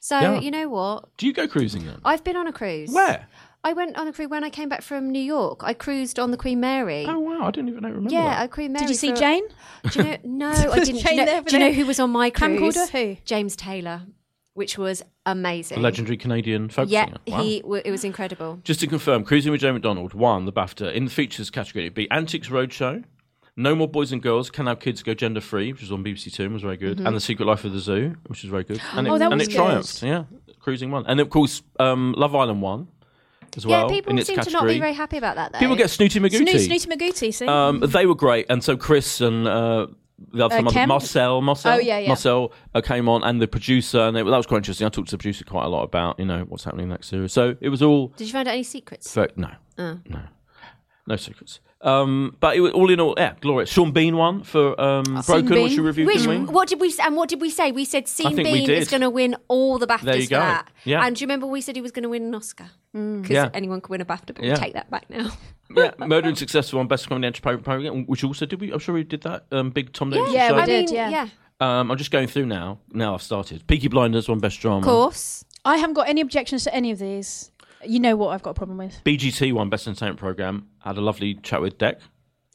So,
Yeah.
you know what?
Do you go cruising then?
I've been on a cruise.
Where?
I went on a cruise when I came back from New York. I cruised on the Queen Mary.
Oh wow, I didn't even remember.
yeah,
that.
I Queen Mary.
Did you see
for-
Jane?
Do you know? No, I didn't. do,
Jane
you know,
there for
do you know
that?
who was on my cruise?
Camcorder? Who?
James Taylor, which was amazing.
a legendary Canadian folk
Yeah,
singer. Wow.
he. w- It was incredible.
Just to confirm, Cruising with Joe McDonald won the BAFTA in the features category. It'd be Antics Roadshow, No More Boys and Girls, Can Our Kids Go Gender Free, which was on BBC Two and was very good,
Mm-hmm.
and The Secret Life of the Zoo, which was very good. And it,
Oh, that
and
was
it
good.
triumphed. Yeah, Cruising won, and of course um, Love Island won as well
yeah, people
in
seem
its
to not
category.
be very happy about that. Though.
people get Snooty Magooty.
Snoo- Snooty Magooty, see?
Um, they were great, and so Chris and uh, the other
Uh,
some other
Kem?
Marcel, Marcel,
Oh, yeah, yeah.
Marcel uh, came on, and the producer, and it, that was quite interesting. I talked to the producer quite a lot about you know what's happening in that series. So it was all
Did you find out any secrets?
fair- no,
Oh.
no, no secrets. Um, but it was all in all, yeah, glorious. Sean Bean won for um, Broken,
Bean.
which you reviewed,
Which,
didn't we?
what did we s- and what did we say? We said Sean
think we
Bean
did.
is going to win all the BAFTAs
There you
for
go.
that.
Yeah.
And do you remember we said he was going to win an Oscar? Because
Yeah.
anyone could win a BAFTA, but
Yeah.
we take that back now.
yeah, Murder and Successful on Best Comedy Entertainment Program, which also did we? I'm sure we did that. Um, big Tom Davis.
Yeah,
show.
we
I
did.
mean,
yeah.
yeah.
Um, I'm just going through now. Now I've started. Peaky Blinders won Best Drama.
Of course.
I haven't got any objections to any of these. You know what I've got a problem with.
BGT won Best Entertainment Program. Had a lovely chat with Deck.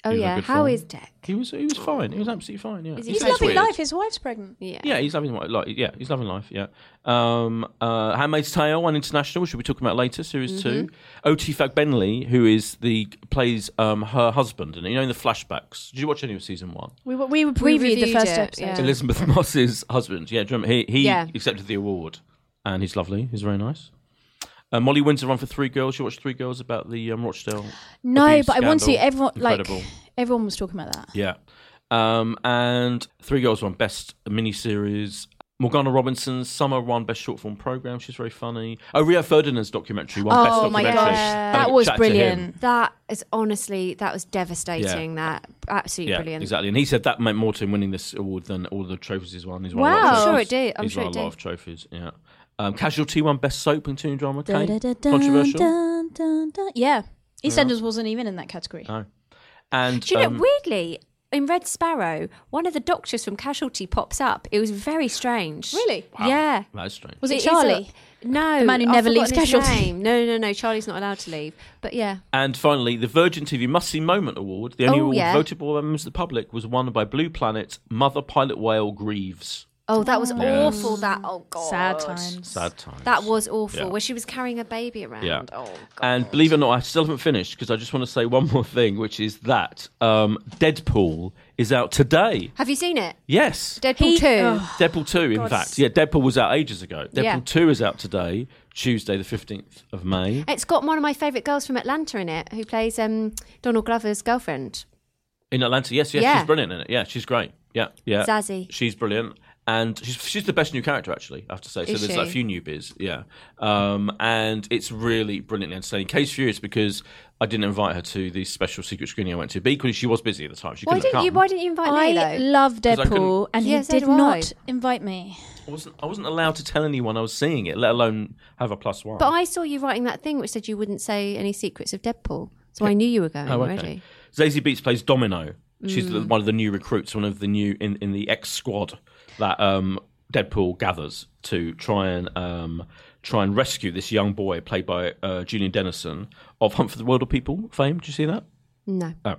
Oh,
He's in
yeah.
good
How
form.
is Deck?
He was he was fine. He was absolutely fine. Yeah,
Is he-
He's
That's
loving
weird.
life. His wife's pregnant.
Yeah.
Yeah, he's loving life. Like, yeah, he's loving life. Yeah. Um, uh, Handmaid's Tale, one international, which we'll be talking about later, series two.
Mm-hmm.
Ot Fagbenley, who is the plays um, her husband, and you know in the flashbacks. Did you watch any of season one?
We, we, we
We
previewed the
reviewed
first
it,
episode.
yeah.
Elizabeth Moss's husband. Yeah, do you remember? he he
Uh. Yeah.
accepted the award, and he's lovely. He's very nice. Uh, Molly Windsor won for Three Girls. You watched Three Girls about the um, Rochdale.
No,
abuse
but I want to.
scandal.
Everyone,
Incredible.
like, everyone was talking about that.
Yeah. Um, and Three Girls won Best Miniseries. Morgana Robinson's Summer won Best Short Form Program. She's very funny. Oh, Rio Ferdinand's documentary won Best
Oh my
Documentary.
gosh,
Had a
that
good
was
chat to him.
brilliant.
That is honestly, that was devastating. That absolutely
Yeah,
brilliant.
exactly. And he said that meant more to him winning this award than all the trophies he's won. He's won a lot
Wow.
of
I'm sure
trophies.
it did. I'm
he's
sure
won
it
a lot
did.
of trophies. Yeah. Um, Casualty won Best Soap and Tune Drama. Okay.
Dun, dun, dun,
Controversial.
dun, dun, dun. Yeah. EastEnders wasn't even in that category.
No. And
Do you know,
um,
weirdly, in Red Sparrow, one of the doctors from Casualty pops up. It was very strange.
Really?
Yeah.
that is strange.
Was it,
is a-
Charlie?
no,
The man who
I've
never leaves
forgotten his
Casualty.
name. No, no, no. Charlie's not allowed to leave. But yeah,
And finally, the Virgin TV Must See Moment Award, the only
Oh,
award
yeah.
voted by members of the public, was won by Blue Planet's Mother Pilot Whale Greaves.
Oh, that was
Yeah.
awful. That oh god,
Sad times.
Sad times.
That was awful.
Yeah.
Where she was carrying her baby around.
Yeah. Uh,
Oh god.
And believe it or not, I still haven't finished because I just want to say one more thing, which is that um, Deadpool is out today.
Have you seen it?
Yes.
Deadpool
He-
two.
oh.
Deadpool 2, in
God.
fact. Yeah, Deadpool was out ages ago. Deadpool
Yeah.
2 is out today, Tuesday, the 15th of May.
It's got one of my favourite girls from Atlanta in it, who plays um, Donald Glover's girlfriend.
In Atlanta, yes, yes,
Yeah.
she's brilliant in it. Yeah, she's great. Yeah, yeah.
Zazzy.
She's brilliant. And she's, she's the best new character, actually, I have to say. So
Is
there's
she?
like, a few newbies, yeah. Um, and it's really brilliantly entertaining. Case Furious, because I didn't invite her to the special secret screening I went to, but equally she was busy at the time. She
Why
couldn't
didn't
come.
you? Why didn't you invite me
I
though?
love
I couldn't-
Deadpool, and
Yeah,
he
so
did
do I.
not invite me.
I wasn't, I wasn't allowed to tell anyone I was seeing it, let alone have a plus one.
But I saw you writing that thing which said you wouldn't say any secrets of Deadpool, so I knew you were going
Oh, okay.
already.
Zazie Beats plays Domino. She's the, one of the new recruits, one of the new in, in the X squad that um, Deadpool gathers to try and um, try and rescue this young boy played by uh, Julian Dennison of Hunt for the World of People fame. Do you see that?
No,
Oh.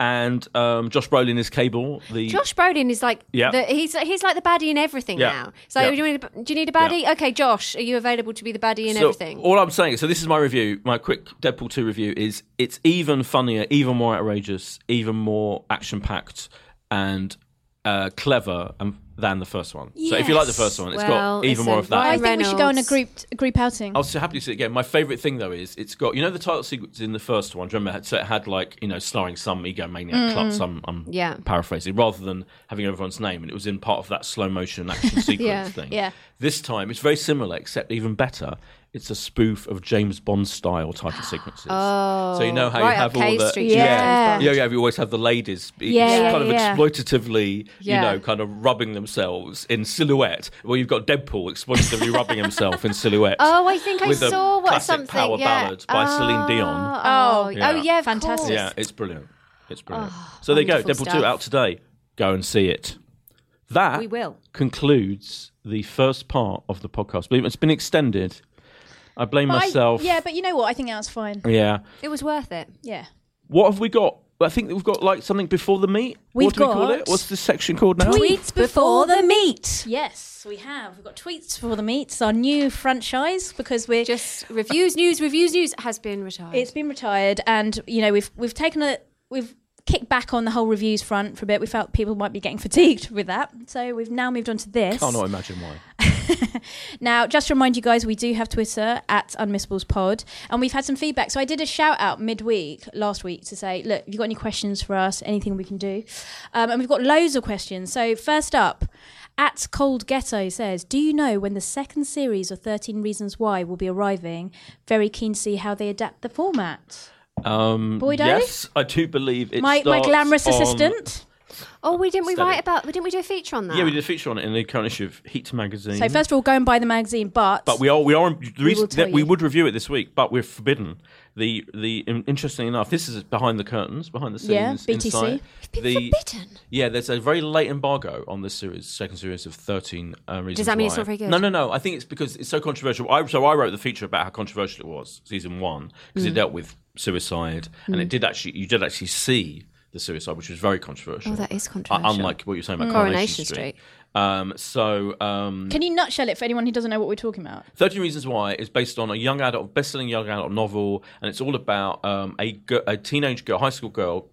And um, Josh Brolin is Cable. The
Josh Brolin is like
Yeah.
the, he's he's like the baddie in everything
Yeah.
now. So
Yeah.
do, you need a, do you need a baddie? Okay, Josh, are you available to be the baddie in
So,
everything?
All I'm saying, so this is my review, my quick Deadpool 2 review is it's even funnier, even more outrageous, even more action packed, and uh, clever and, than the first one. So if you like the
Yes.
first one, it's
Well,
got even more
listen,
of that.
I
Ryan
think we should go on a
Reynolds.
group a group outing.
I was so happy to see it again. My favourite thing though is it's got you know the title sequence in the first one. Do you remember? So it had like you know starring some egomaniac club. Some I'm
Mm. Yeah.
paraphrasing rather than having everyone's name, and it was in part of that slow motion action sequence
Yeah,
thing.
yeah.
This time it's very similar, except even better. It's a spoof of James Bond style title sequences. Oh, so you know how
right
you have
up
all
K
the
Street,
yeah.
yeah,
James Bond.
yeah, yeah. You always have the ladies be
Yeah, yeah,
kind of
yeah.
exploitatively,
Yeah.
you know, kind of rubbing themselves in silhouette. Well, you've got Deadpool exploitatively rubbing himself in silhouette
Oh, I think I
with a
saw what
classic
something.
power
yeah. Ah.
ballad by Celine Dion.
Oh, oh,
Yeah.
oh, yeah, of
Fantastic.
course.
Yeah, it's brilliant. It's brilliant.
Ah,
so there you go, Deadpool
wonderful
2
stuff.
out today. Go and see it. That
We will.
concludes the first part of the podcast. Believe it, it's been extended. I blame
But I-
myself.
yeah, but you know what? I think that's fine.
Yeah.
It was worth it.
Yeah.
What have we got? I think we've got like something before the meet.
We've
what do we call
got-
it? What's this section called now?
Tweets before the meet.
Yes, we have. We've got tweets for the meets, our new franchise, because we're
Just reviews, news, reviews, news has been retired.
it's been retired, and you know we've we've taken a we've kicked back on the whole reviews front for a bit. We felt people might be getting fatigued with that, so we've now moved on to this.
Can't not imagine why.
Now, just to remind you guys, we do have Twitter at Unmissables Pod, and we've had some feedback. So I did a shout out midweek last week to say, look, if you've got any questions for us, anything we can do. Um, and we've got loads of questions. So, first up, at Cold Ghetto says, Do you know when the second series of 13 Reasons Why will be arriving? Very keen to see how they adapt the format.
Um,
Boydo?
yes, I do believe it
My, my
starts
glamorous
on-
assistant.
oh, we didn't we
Steady.
write about? Didn't we do a feature on that?
Yeah, we did a feature on it in the current issue of Heat magazine.
So, first of all, go and buy the magazine, but.
But we are we are the reason
will tell
that we
you.
would review it this week, but we're forbidden. The the in- interestingly enough, this is behind the curtains, behind the scenes.
Yeah, BTC.
Inside,
Been
the
forbidden.
yeah, there's a very late embargo on this series, second series of thirteen uh, reasons.
that mean it's
Why.
not very good?
No, no, no. I think it's because it's so controversial. I, so I wrote the feature about how controversial it was, season one, because
Mm.
it dealt with suicide, and it did actually you did actually see the suicide, which was very controversial.
Oh, that is
Uh,
controversial. Mm.
Unlike what you're saying about
Coronation
Coronation Street.
Street.
Um, so um,
can you nutshell it for anyone who doesn't know what we're talking about?
13 Reasons Why is based on a young adult, best-selling young adult novel, and it's all about um, a, gi- a teenage girl, high school girl,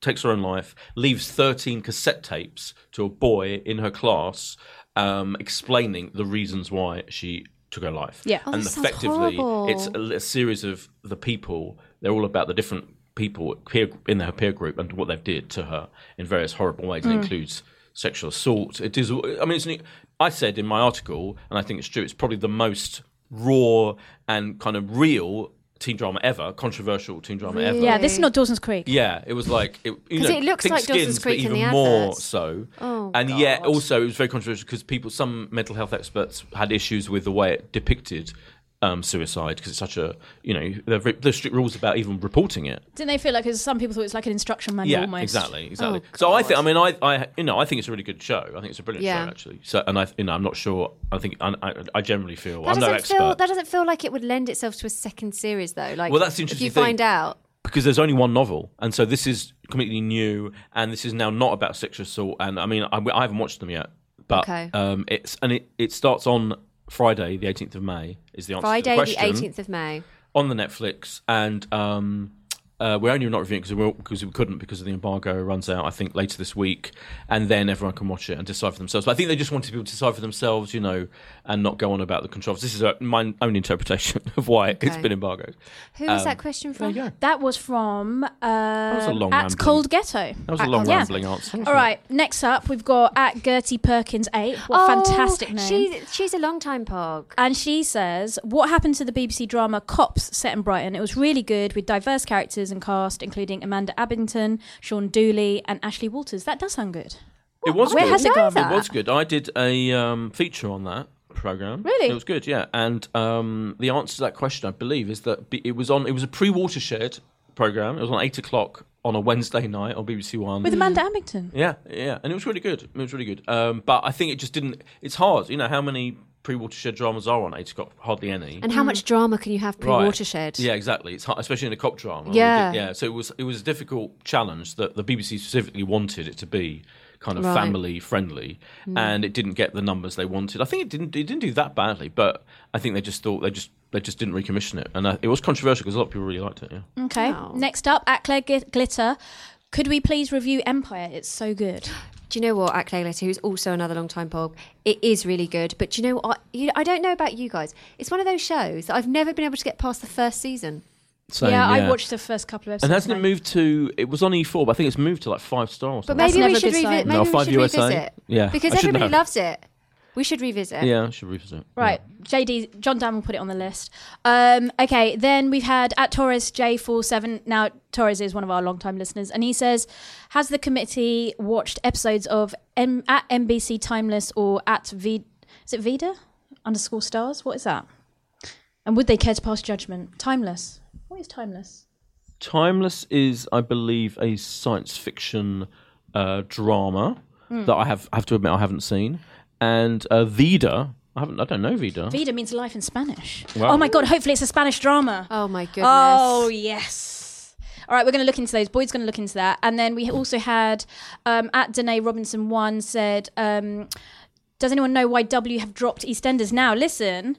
takes her own life, leaves 13 cassette tapes to a boy in her class um, explaining the reasons why she took her life.
Yeah. Oh,
and
that sounds
effectively,
horrible.
it's a, a series of the people, they're all about the different people peer, in her peer group and what they've did to her in various horrible ways. It includes sexual assault. It is, I mean, it's, an- I said in my article, and I think it's true, it's probably the most raw and kind of real teen drama ever, controversial teen drama ever.
Yeah, this is not Dawson's Creek.
Yeah, it was like it, you
'Cause
know,
it looks
think
like Dawson's
skins,
Creek in
but even
the
more
adverts.
so. Oh, and yet also it was very controversial because people, some mental health experts, had issues with the way it depicted um, suicide because it's such a you know there are, there are strict rules about even reporting it.
Didn't they feel like, because some people thought it's like an instruction manual
Yeah,
almost?
exactly, exactly.
Oh,
so I think, I mean, I, I, you know, I think it's a really good show. I think it's a brilliant
Yeah.
show actually. So, and I, you know, I'm not sure. I think I, I, I generally feel
That
I'm no
doesn't
expert.
feel that doesn't feel like it would lend itself to a second series though. Like,
Well, that's the
If
interesting
you
thing.
find out,
because there's only one novel, and so this is completely new, and this is now not about sexual assault. And I mean, I, I haven't watched them yet, but
Okay.
um, it's and it, it starts on Friday, the 18th of May, is the answer
Friday
to
the
the question
18th of May.
on the Netflix, and um, uh, we're only not reviewing because we couldn't because of the embargo runs out. I think later this week, and then everyone can watch it and decide for themselves. But I think they just wanted people to decide for themselves, you know, and not go on about the controversy. This is uh my own interpretation of why it's
Okay.
been embargoed.
Who was that question from?
Um, There you go.
That was from uh,
was a long
at
rambling-
Cold Ghetto.
That was a long
yeah.
rambling answer.
All right, next up we've got at Gertie Perkins eight. What
Oh,
a fantastic name!
She's she's a long time pog.
and she says, "What happened to the BBC drama Cops set in Brighton? It was really good with diverse characters and cast, including Amanda Abington, Sean Dooley, and Ashley Walters. That does sound good.
It was
Where
good.
has it gone?
It was good. I did a um, feature on that program.
Really?
It was good. Yeah. And um, the answer to that question, I believe, is that b- it was on. It was a pre-watershed program. It was on eight o'clock on a Wednesday night on BBC One.
With Amanda Abington,
yeah, yeah, and it was really good. It was really good. Um, but I think it just didn't. It's hard. You know how many pre-watershed dramas are on eight o'clock? Hardly any.
Hmm.
And how much drama can you have pre
Right.
watershed?
Yeah, exactly. It's hard, especially in a cop drama.
Yeah.
yeah. So it was it was a difficult challenge that the BBC specifically wanted it to be kind of
Right.
family friendly, and it didn't get the numbers they wanted. I think it didn't it didn't do that badly, but I think they just thought they just they just didn't recommission it, and uh, it was controversial because a lot of people really liked it. Yeah.
okay.
Oh.
Next up at Claire Gl- Glitter." Could we please review Empire? It's so good.
Do you know what, Act Later, who's also another long time pog, it is really good. But do you know what? I, you, I don't know about you guys. It's one of those shows that I've never been able to get past the first season.
Same,
yeah, I watched the first couple of episodes.
And hasn't it
I-
moved to? It was on E4, but I think it's moved to like five star or
But
something.
That's
maybe we
never a
should,
good
revi-
sign.
maybe
No,
we
five
should
USA.
revisit.
Yeah,
Because
I should
everybody
know.
loves it. We should revisit.
yeah, I should revisit.
Right, JD John Dan will put it on the list. Um, okay, then we've had at Torres J47. Now Torres is one of our long-time listeners, and he says, "Has the committee watched episodes of M- at NBC Timeless or at V? Is it Vida underscore stars? What is that? And would they care to pass judgment? Timeless. What is timeless?
Timeless is, I believe, a science fiction uh, drama that I have I have to admit I haven't seen, and uh, Vida. I haven't. I don't know Vida.
Vida means life in Spanish.
Wow.
Oh my god! Hopefully, it's a Spanish drama.
Oh my goodness.
Oh yes. All right, we're going to look into those. Boyd's going to look into that, and then we also had um, at Danae Robinson one said, um, "Does anyone know why W have dropped EastEnders now?" Listen,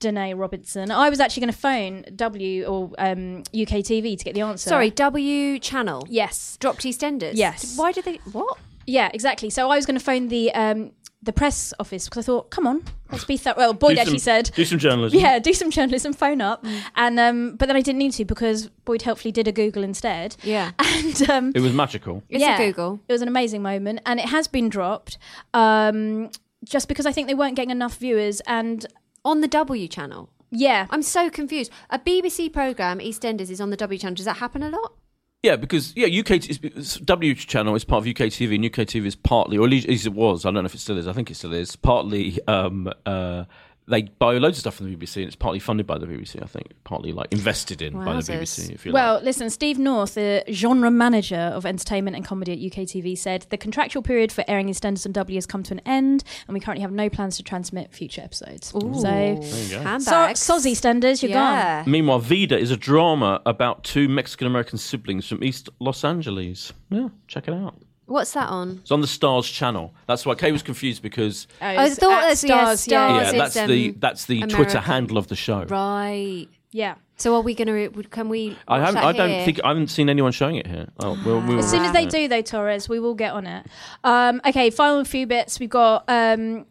Danae Robinson, I was actually going to phone W or um, UK TV to get the answer.
Sorry, W Channel.
Yes.
Dropped EastEnders.
Yes.
Why did they. What?
Yeah. Exactly. So I was going to phone the um, the press office because I thought, come on, let's be thorough. Well, Boyd actually said,
"Do some Mm-hmm. journalism."
Yeah, do some journalism, phone up,
Mm.
and um, but then I didn't need to because Boyd helpfully did a Google instead.
Yeah.
and um,
It was magical.
It's a Google.
It was an amazing moment, and it has been dropped um, just because I think they weren't getting enough viewers, and
On the W Channel.
yeah,
I'm so confused. A BBC programme, EastEnders, is on the W Channel. Does that happen a lot?
Yeah, because yeah, UK t- is- W channel is part of UK TV, and UK TV is partly, or at least at least it was. I don't know if it still is. I think it still is. Partly, um, uh, they buy loads of stuff from the BBC, and it's partly funded by the BBC. I think partly like invested in by the
Wowzers.
BBC. If you like.
Well, listen, Steve North, the genre manager of entertainment and comedy at UK TV, said the contractual period for airing EastEnders and W has come to an end, and we currently have no plans to transmit future episodes. So, so
handbags.
soz EastEnders, you're gone.
yeah.
Meanwhile, Vida is a drama about two Mexican American siblings from East Los Angeles. Yeah, check it out.
What's that on?
It's on the Stars channel. That's why Kay was confused because
I
it's
thought
at
that's- yeah,
Oh,
Stars.
yeah,
it's,
that's the
um,
that's the Twitter
American.
handle of the show.
Right.
yeah.
So are we going to. Can we.
I
watch
haven't.
that
I don't
here?
think I haven't seen anyone showing it here. Oh, we'll, we'll,
As soon as they do, though, Torres, we will get on it. Um, okay, final few bits. We've got. Um,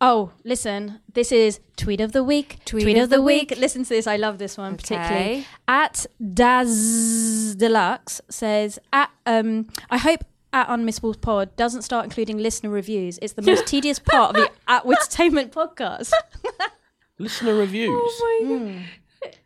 oh, listen, this is tweet of the week.
Tweet of the week.
Listen to this. I love this one particularly.
Okay.
At Daz Deluxe says, at um, I hope. At Unmissable Pod doesn't start including listener reviews. It's the most tedious part of the At Entertainment podcast.
listener reviews.
Oh,
Oh
Hmm.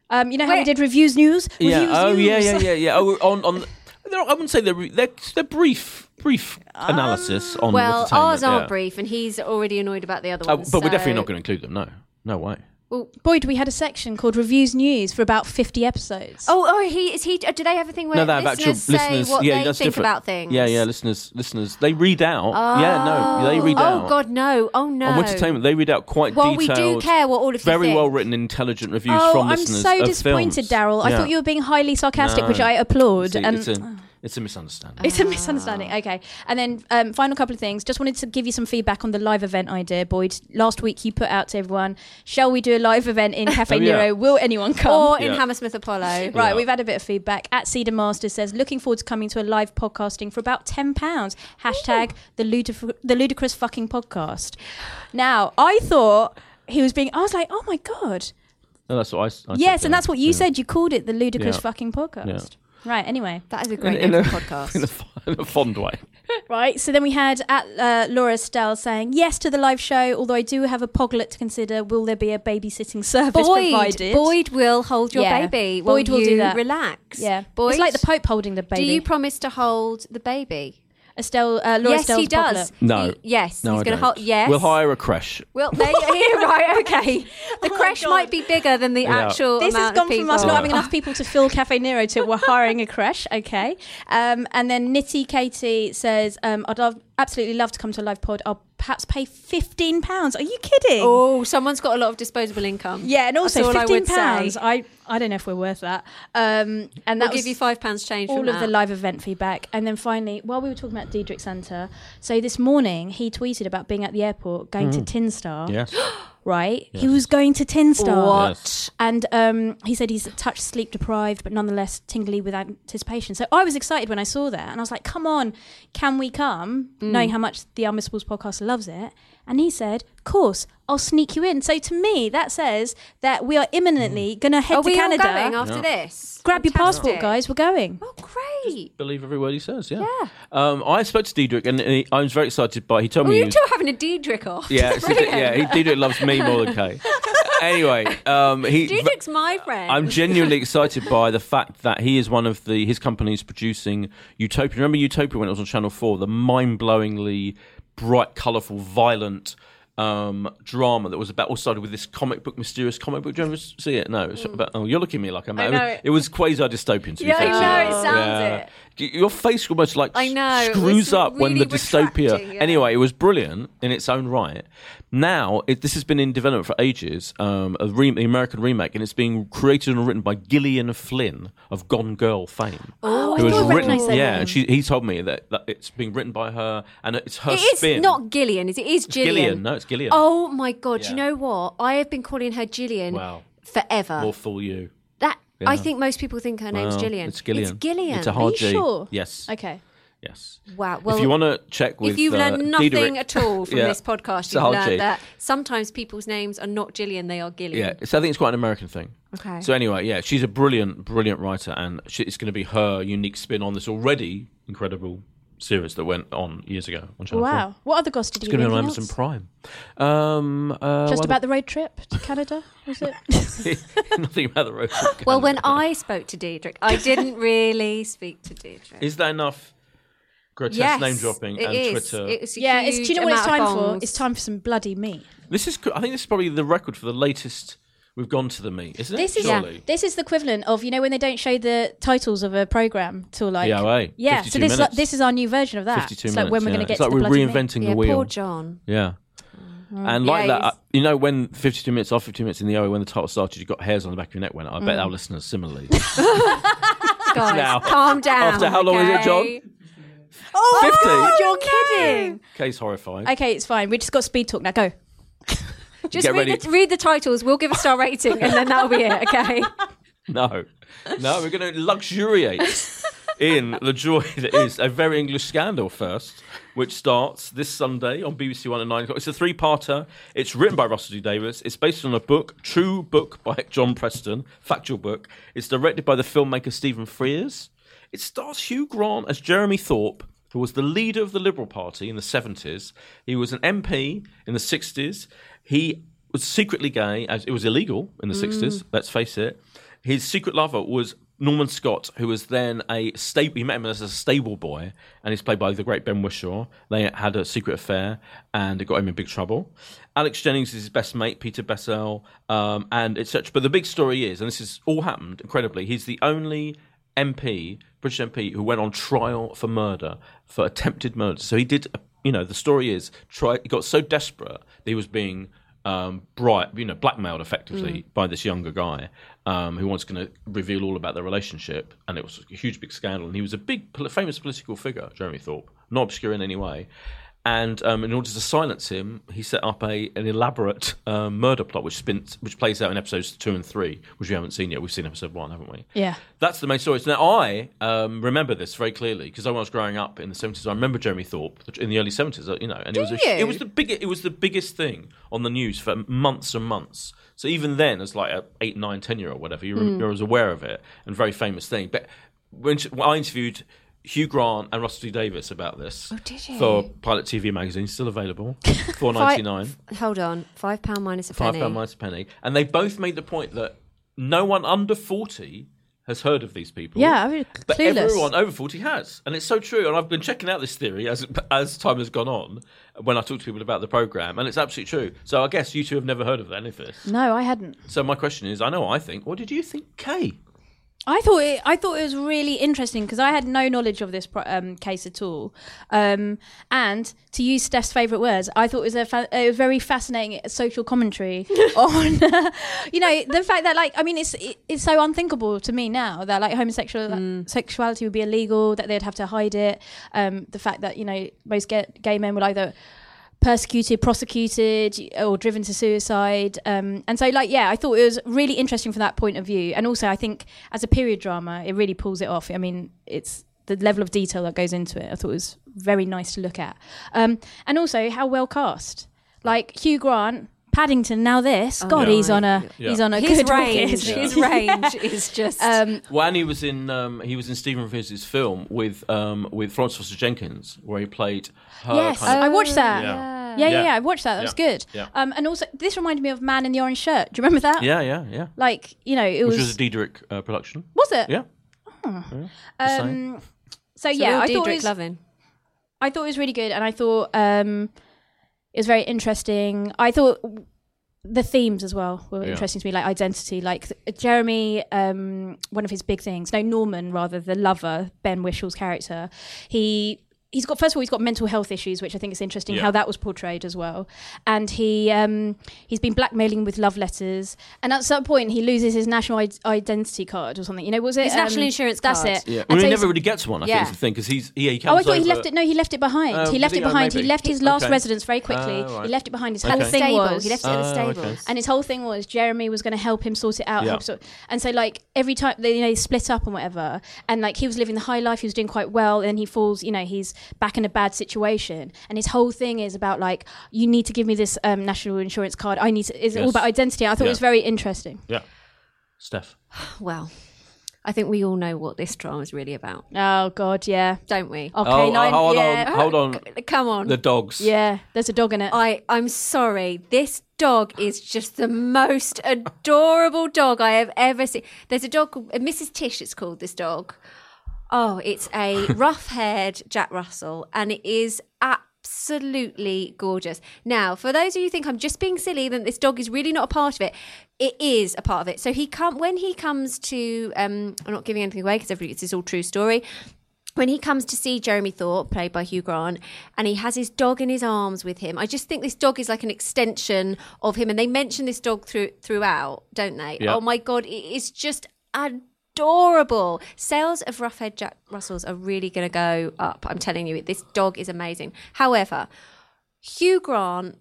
Um, you know how we did reviews news?
yeah.
Reviews
oh yeah,
news.
yeah, yeah, yeah. Oh, on on. they're- I wouldn't say they're re- they're, they're brief brief analysis on.
Well,
entertainment,
ours aren't
yeah.
brief, and he's already annoyed about the other
Oh,
ones.
but we're definitely
so-
not going to include them. No, no way.
Oh, Boyd, we had a section called Reviews News for about 50 episodes.
Oh, oh, he is he? Do they have a thing where
no, that
listeners
actual
say
listeners.
what
yeah,
they
that's
think
different.
about things?
Yeah, yeah. Listeners, listeners, they read out. Yeah, no, they read out.
Oh God, no! Oh no!
On entertainment, they read out quite
Well, we
detailed.
do care what all of you
very
think.
well written, intelligent reviews
oh,
from
I'm
listeners.
so
of
disappointed,
films.
Daryl. I
Yeah.
thought you were being highly sarcastic, which
No.
I applaud.
See,
and
it's,
um,
a, it's a
Uh,
misunderstanding.
it's a misunderstanding. Okay. And then, um, final couple of things. Just wanted to give you some feedback on the live event idea, Boyd. Last week you put out to everyone, shall we do a live event in Cafe
Oh, yeah.
Nero? Will anyone come?
Or in
Yeah.
Hammersmith Apollo.
Right,
Yeah.
we've had a bit of feedback. At Cedar Master says, looking forward to coming to a live podcasting for about ten pounds. Hashtag the, ludif- the ludicrous fucking podcast. Now, I thought he was being. I was like, oh my god,
No, that's what I, s- I
Yes,
said,
and
yeah.
that's what you
Yeah.
said. You called it the ludicrous
Yeah.
fucking podcast. Right. Anyway.
That is a
In,
great
in
name
a,
for a
in a
podcast.
fo- in a fond way.
Right. So then we had at uh, Laura Stell saying yes to the live show. Although I do have a poglet to consider. Will there be a babysitting service
Boyd,
provided?
Boyd will hold your
Yeah.
baby.
Boyd
while
will do
you
that.
Relax.
Yeah.
Boyd,
It's like the Pope holding the baby.
Do you promise to hold the baby?
Estelle, uh, Laura
yes,
Stell's
he does.
Poglet.
No.
He- yes,
No,
he's
I
going
don't.
to hold. Yes.
We'll hire a crash.
Well, there you are. right, okay. The
my
crash
Oh, God.
might be bigger than the
Yeah.
actual
This has
amount
gone
of
from us
people. Oh.
not having enough people to fill Cafe Nero to we're hiring a crash. Okay. Um, and then Nitty Katie says, um, I'd love, absolutely love to come to a live pod. I'll perhaps pay £15. Are you kidding?
Oh, someone's got a lot of disposable income.
Yeah, and
That's
also
all I
fifteen
would say.
pounds. I, I don't know if we're worth that. Um, and that
We'll
was
give you five pounds change.
all
from
of the
that.
live event feedback. And then finally, while we were talking about Diedrich Santa, so this morning he tweeted about being at the airport going to Tinstar.
Yes.
right? He was going to Tin Star.
What?
Yes.
And um, he said he's touch sleep deprived, but nonetheless tingly with anticipation. So I was excited when I saw that, and I was like, "Come on, can we come?"
Mm.
Knowing how much the Unmissables podcast loves it, and he said, "Course, I'll sneak you in." So to me, that says that we are
Mm.
imminently going to head
Are
to
we all
Canada.
going after this?
Grab your
Fantastic.
passport, guys. We're going.
Oh, great.
Believe every word he says. Yeah.
Yeah.
Um, I spoke to Diedrich, and he, I was very excited. But he told
Well,
me.
you
he was-
two are having a Diedrich off.
yeah,
That's
it's- yeah.
brilliant.
He, Diedrich lows me more than Kay. anyway, um, he.
Diedrich's my friend.
I'm genuinely excited by the fact that he is one of the his companies producing Utopia. Remember Utopia when it was on Channel Four, the mind-blowingly bright, colourful, violent um, drama that was about all started with this comic book, mysterious comic book. Do you ever see it? No. It's about, oh, you're looking at me like I'm.
Mm. I know it.
It was quasi dystopian. To
Yeah,
be
I
fair to
know,
you.
it sounds it.
Y- Your face almost like
I know, it
screws
was
up when the
really
dystopia.
retracting, yeah.
Anyway, it was brilliant in its own right. Now it, this has been in development for ages, um, a re- the American remake, and it's being created and written by Gillian Flynn of Gone Girl fame.
Oh,
who
I
has
thought I
written,
recognised that
yeah,
name.
and she, he told me that, that it's being written by her, and it's her
It is
spin.
not Gillian, is it? It is Gillian.
Gillian, no, it's Gillian.
Oh my god! You
Yeah.
know what? I have been calling her Gillian
Wow.
forever.
More fool you.
that I
Yeah.
think most people think her name's
Wow,
Gillian.
It's Gillian.
It's Gillian.
It's a hard
you
G.
sure?
Yes.
Okay.
Yes.
Wow. Well,
if you want to check with
if you've
uh,
learned nothing
Diederik-
at all from
Yeah.
this podcast,
It's a
you've
hard
learned
G.
that sometimes people's names are not Gillian; they are Gillian.
Yeah, so I think it's quite an American thing.
Okay.
So anyway, yeah, she's a brilliant, brilliant writer, and she, it's going to be her unique spin on this already incredible series that went on years ago on Channel Four.
Wow. What other goss did you
It's going to
read?
be on
Anything
Amazon
else?
Prime. Um, uh,
Just
what
about the road trip to Canada, was it?
about- nothing about the road. trip.
Well, when I spoke to Diedrich, I didn't really speak to Diedrich.
is that enough? Grotesque
yes,
name dropping
it
and
is.
Twitter.
It's a
yeah. It's, do you
huge
know what it's
amount
time
of
for?
bongs.
It's time for some bloody meat.
This is. co- I think this is probably the record for the latest we've gone to the meet, isn't it?
This is
Surely.
this is the equivalent of you know when they don't show the titles of a program till like
Yeah, right.
yeah. So
52
this
minutes.
is, this is our new version of that.
52 minutes.
it's like when we're
yeah.
going to get
it's like
to the
we're
bloody meat.
reinventing
yeah,
the wheel.
poor John.
Yeah. And like
Yeah,
that,
he's-
uh, you know, when 52 minutes or 52 minutes in the hour, when the title started, you got hairs on the back of your neck. Went, I bet our listeners similarly.
Guys,
Now,
calm down.
after how long is it,
okay?
John?
Oh,
50?
God, you're kidding.
Case horrifying.
Okay, it's fine. We just got speed talk now. Go.
Just
Get ready.
read the, read the titles. We'll give a star rating, and then that'll be it. Okay.
No, no, we're going to luxuriate in the joy that is a very English scandal first, which starts this Sunday on BBC One at nine o'clock. It's a three-parter. It's written by Russell D Davis. It's based on a book, true book by John Preston, factual book. It's directed by the filmmaker Stephen Frears. It stars Hugh Grant as Jeremy Thorpe. Who was the leader of the Liberal Party in the 70s? He was an MP in the 60s. He was secretly gay, as it was illegal in the 60s, let's face it. His secret lover was Norman Scott, who was then a stable. He met him as a stable boy, and he's played by the great Ben Wishaw. They had a secret affair, and it got him in big trouble. Alex Jennings is his best mate, Peter Bessel, um, and etc. But the big story is, and this has all happened incredibly. He's the only MP, British MP, who went on trial for murder, for attempted murder. So he did. You know, the story is, try. He got so desperate that he was being um, bright, you know, blackmailed effectively by this younger guy um, who was going to reveal all about their relationship, and it was a huge big scandal. And he was a big, pol- famous political figure, Jeremy Thorpe, not obscure in any way. And um, in order to silence him, he set up a an elaborate um, murder plot, which spins, which plays out in episodes two and three, which we haven't seen yet. We've seen episode one, haven't we?
Yeah.
That's the main story. So now I um, remember this very clearly because when I was growing up in the seventies, I remember Jeremy Thorpe in the early seventies. uh, You know, and it was a,
you?
it was the big it was the biggest thing on the news for months and months. So even then, as like a eight, nine, ten year old, whatever, you,
Hmm.
rem you was aware of it and very famous thing. But when, sh- when I interviewed Hugh Grant and Russell D Davis about this
Oh, did you?
for Pilot TV magazine, still available, four ninety nine.
Hold on. Five pound minus a
Five
penny.
pound minus a penny, and they both made the point that no one under forty has heard of these people.
Yeah, I mean,
but
clueless.
everyone over forty has, and it's so true. And I've been checking out this theory as as time has gone on when I talk to people about the program, and it's absolutely true. So I guess you two have never heard of any of this.
No, I hadn't.
So my question is, I know what I think. What did you think, Kay?
I thought it, I thought it was really interesting because I had no knowledge of this pro- um, case at all. Um, and to use Steph's favourite words, I thought it was a, fa- a very fascinating social commentary on, you know, the fact that like I mean, it's it, it's so unthinkable to me now that like homosexual sexuality would be illegal, that they'd have to hide it. Um, the fact that you know most gay, gay men will either persecuted, prosecuted, or driven to suicide. Um, and so, like, yeah, I thought it was really interesting from that point of view. And also, I think as a period drama, it really pulls it off. I mean, it's the level of detail that goes into it. I thought was very nice to look at. Um, and also, how well cast. Like Hugh Grant, Paddington. Now this, God,
yeah.
he's on a
Yeah.
he's on a
His
good wicket,
range,
isn't he?
his range is just.
Um,
Well, and he was in um, he was in Stephen Fierce's film with um, with Florence Foster Jenkins, where he played her.
Yes,
kind
oh,
of-
I watched that.
Yeah.
Yeah, yeah,
Yeah.
yeah. I watched that. That was
Yeah.
good.
Yeah.
Um, and also, this reminded me of Man in the Orange Shirt. Do you remember that?
yeah, yeah, yeah.
Like, you know, it was.
Which was a Diedrich uh, production.
was it?
Yeah. Yeah, the same.
Um,
so
so, yeah,
real
I thought, it
Diedrich
was,
Lovin.
I thought it was really good, and I thought um, it was very interesting. I thought the themes as well were
Yeah.
interesting to me, like identity, like th- Jeremy. Um, one of his big things, no, Norman rather, the lover Ben Whishel's character. He he's got first of all he's got mental health issues, which I think is interesting
Yeah.
how that was portrayed as well. And he um, he's been blackmailing with love letters, and at some point he loses his national Id- identity card or something. You know, was it um,
His national insurance
That's
card.
it.
Yeah.
And
Well,
so
he
he's-
never really gets one. I think
Yeah.
is the thing because he's yeah, he
Oh,
comes
I thought he
over-
left it. No, he left it behind.
Oh,
he left
did he?
it
Oh,
behind. He
maybe.
left his last
Okay.
residence very quickly.
Oh, right.
He left it behind. His
Okay.
whole
At the
thing
stable.
was,
He left it at the
Oh, okay.
stables.
and his whole thing was Jeremy was going to help him sort it out.
Yeah.
help sort- and so, like every time they, you know, they split up and whatever, and like he was living the high life, he was doing quite well, and then he falls. You know, he's back in a bad situation, and his whole thing is about like, you need to give me this um, national insurance card. I need to. Is all
Yes.
about identity? I thought
Yeah.
it was very interesting.
Yeah. Steph.
Well, I think we all know what this drama is really about,
Oh God, yeah.
don't we?
Okay,
oh,
nine.
oh, hold
yeah.
on, hold on.
Come on.
The dogs.
Yeah, there's a dog in it.
I, I'm sorry. This dog is just the most adorable dog I have ever seen. There's a dog, called- uh, Mrs. Tish, it's called this dog. Oh, it's a rough haired Jack Russell, and it is absolutely gorgeous. Now, for those of you who think I'm just being silly, then this dog is really not a part of it. It is a part of it. So he come when he comes to. Um, I'm not giving anything away because everybody, it's this all true story when he comes to see Jeremy Thorpe, played by Hugh Grant, and he has his dog in his arms with him, I just think this dog is like an extension of him. And they mention this dog through throughout, don't they?
Yeah.
Oh my god, it is just adorable. Sales of rough head Jack Russells are really going to go up. I'm telling you, this dog is amazing. However, Hugh Grant,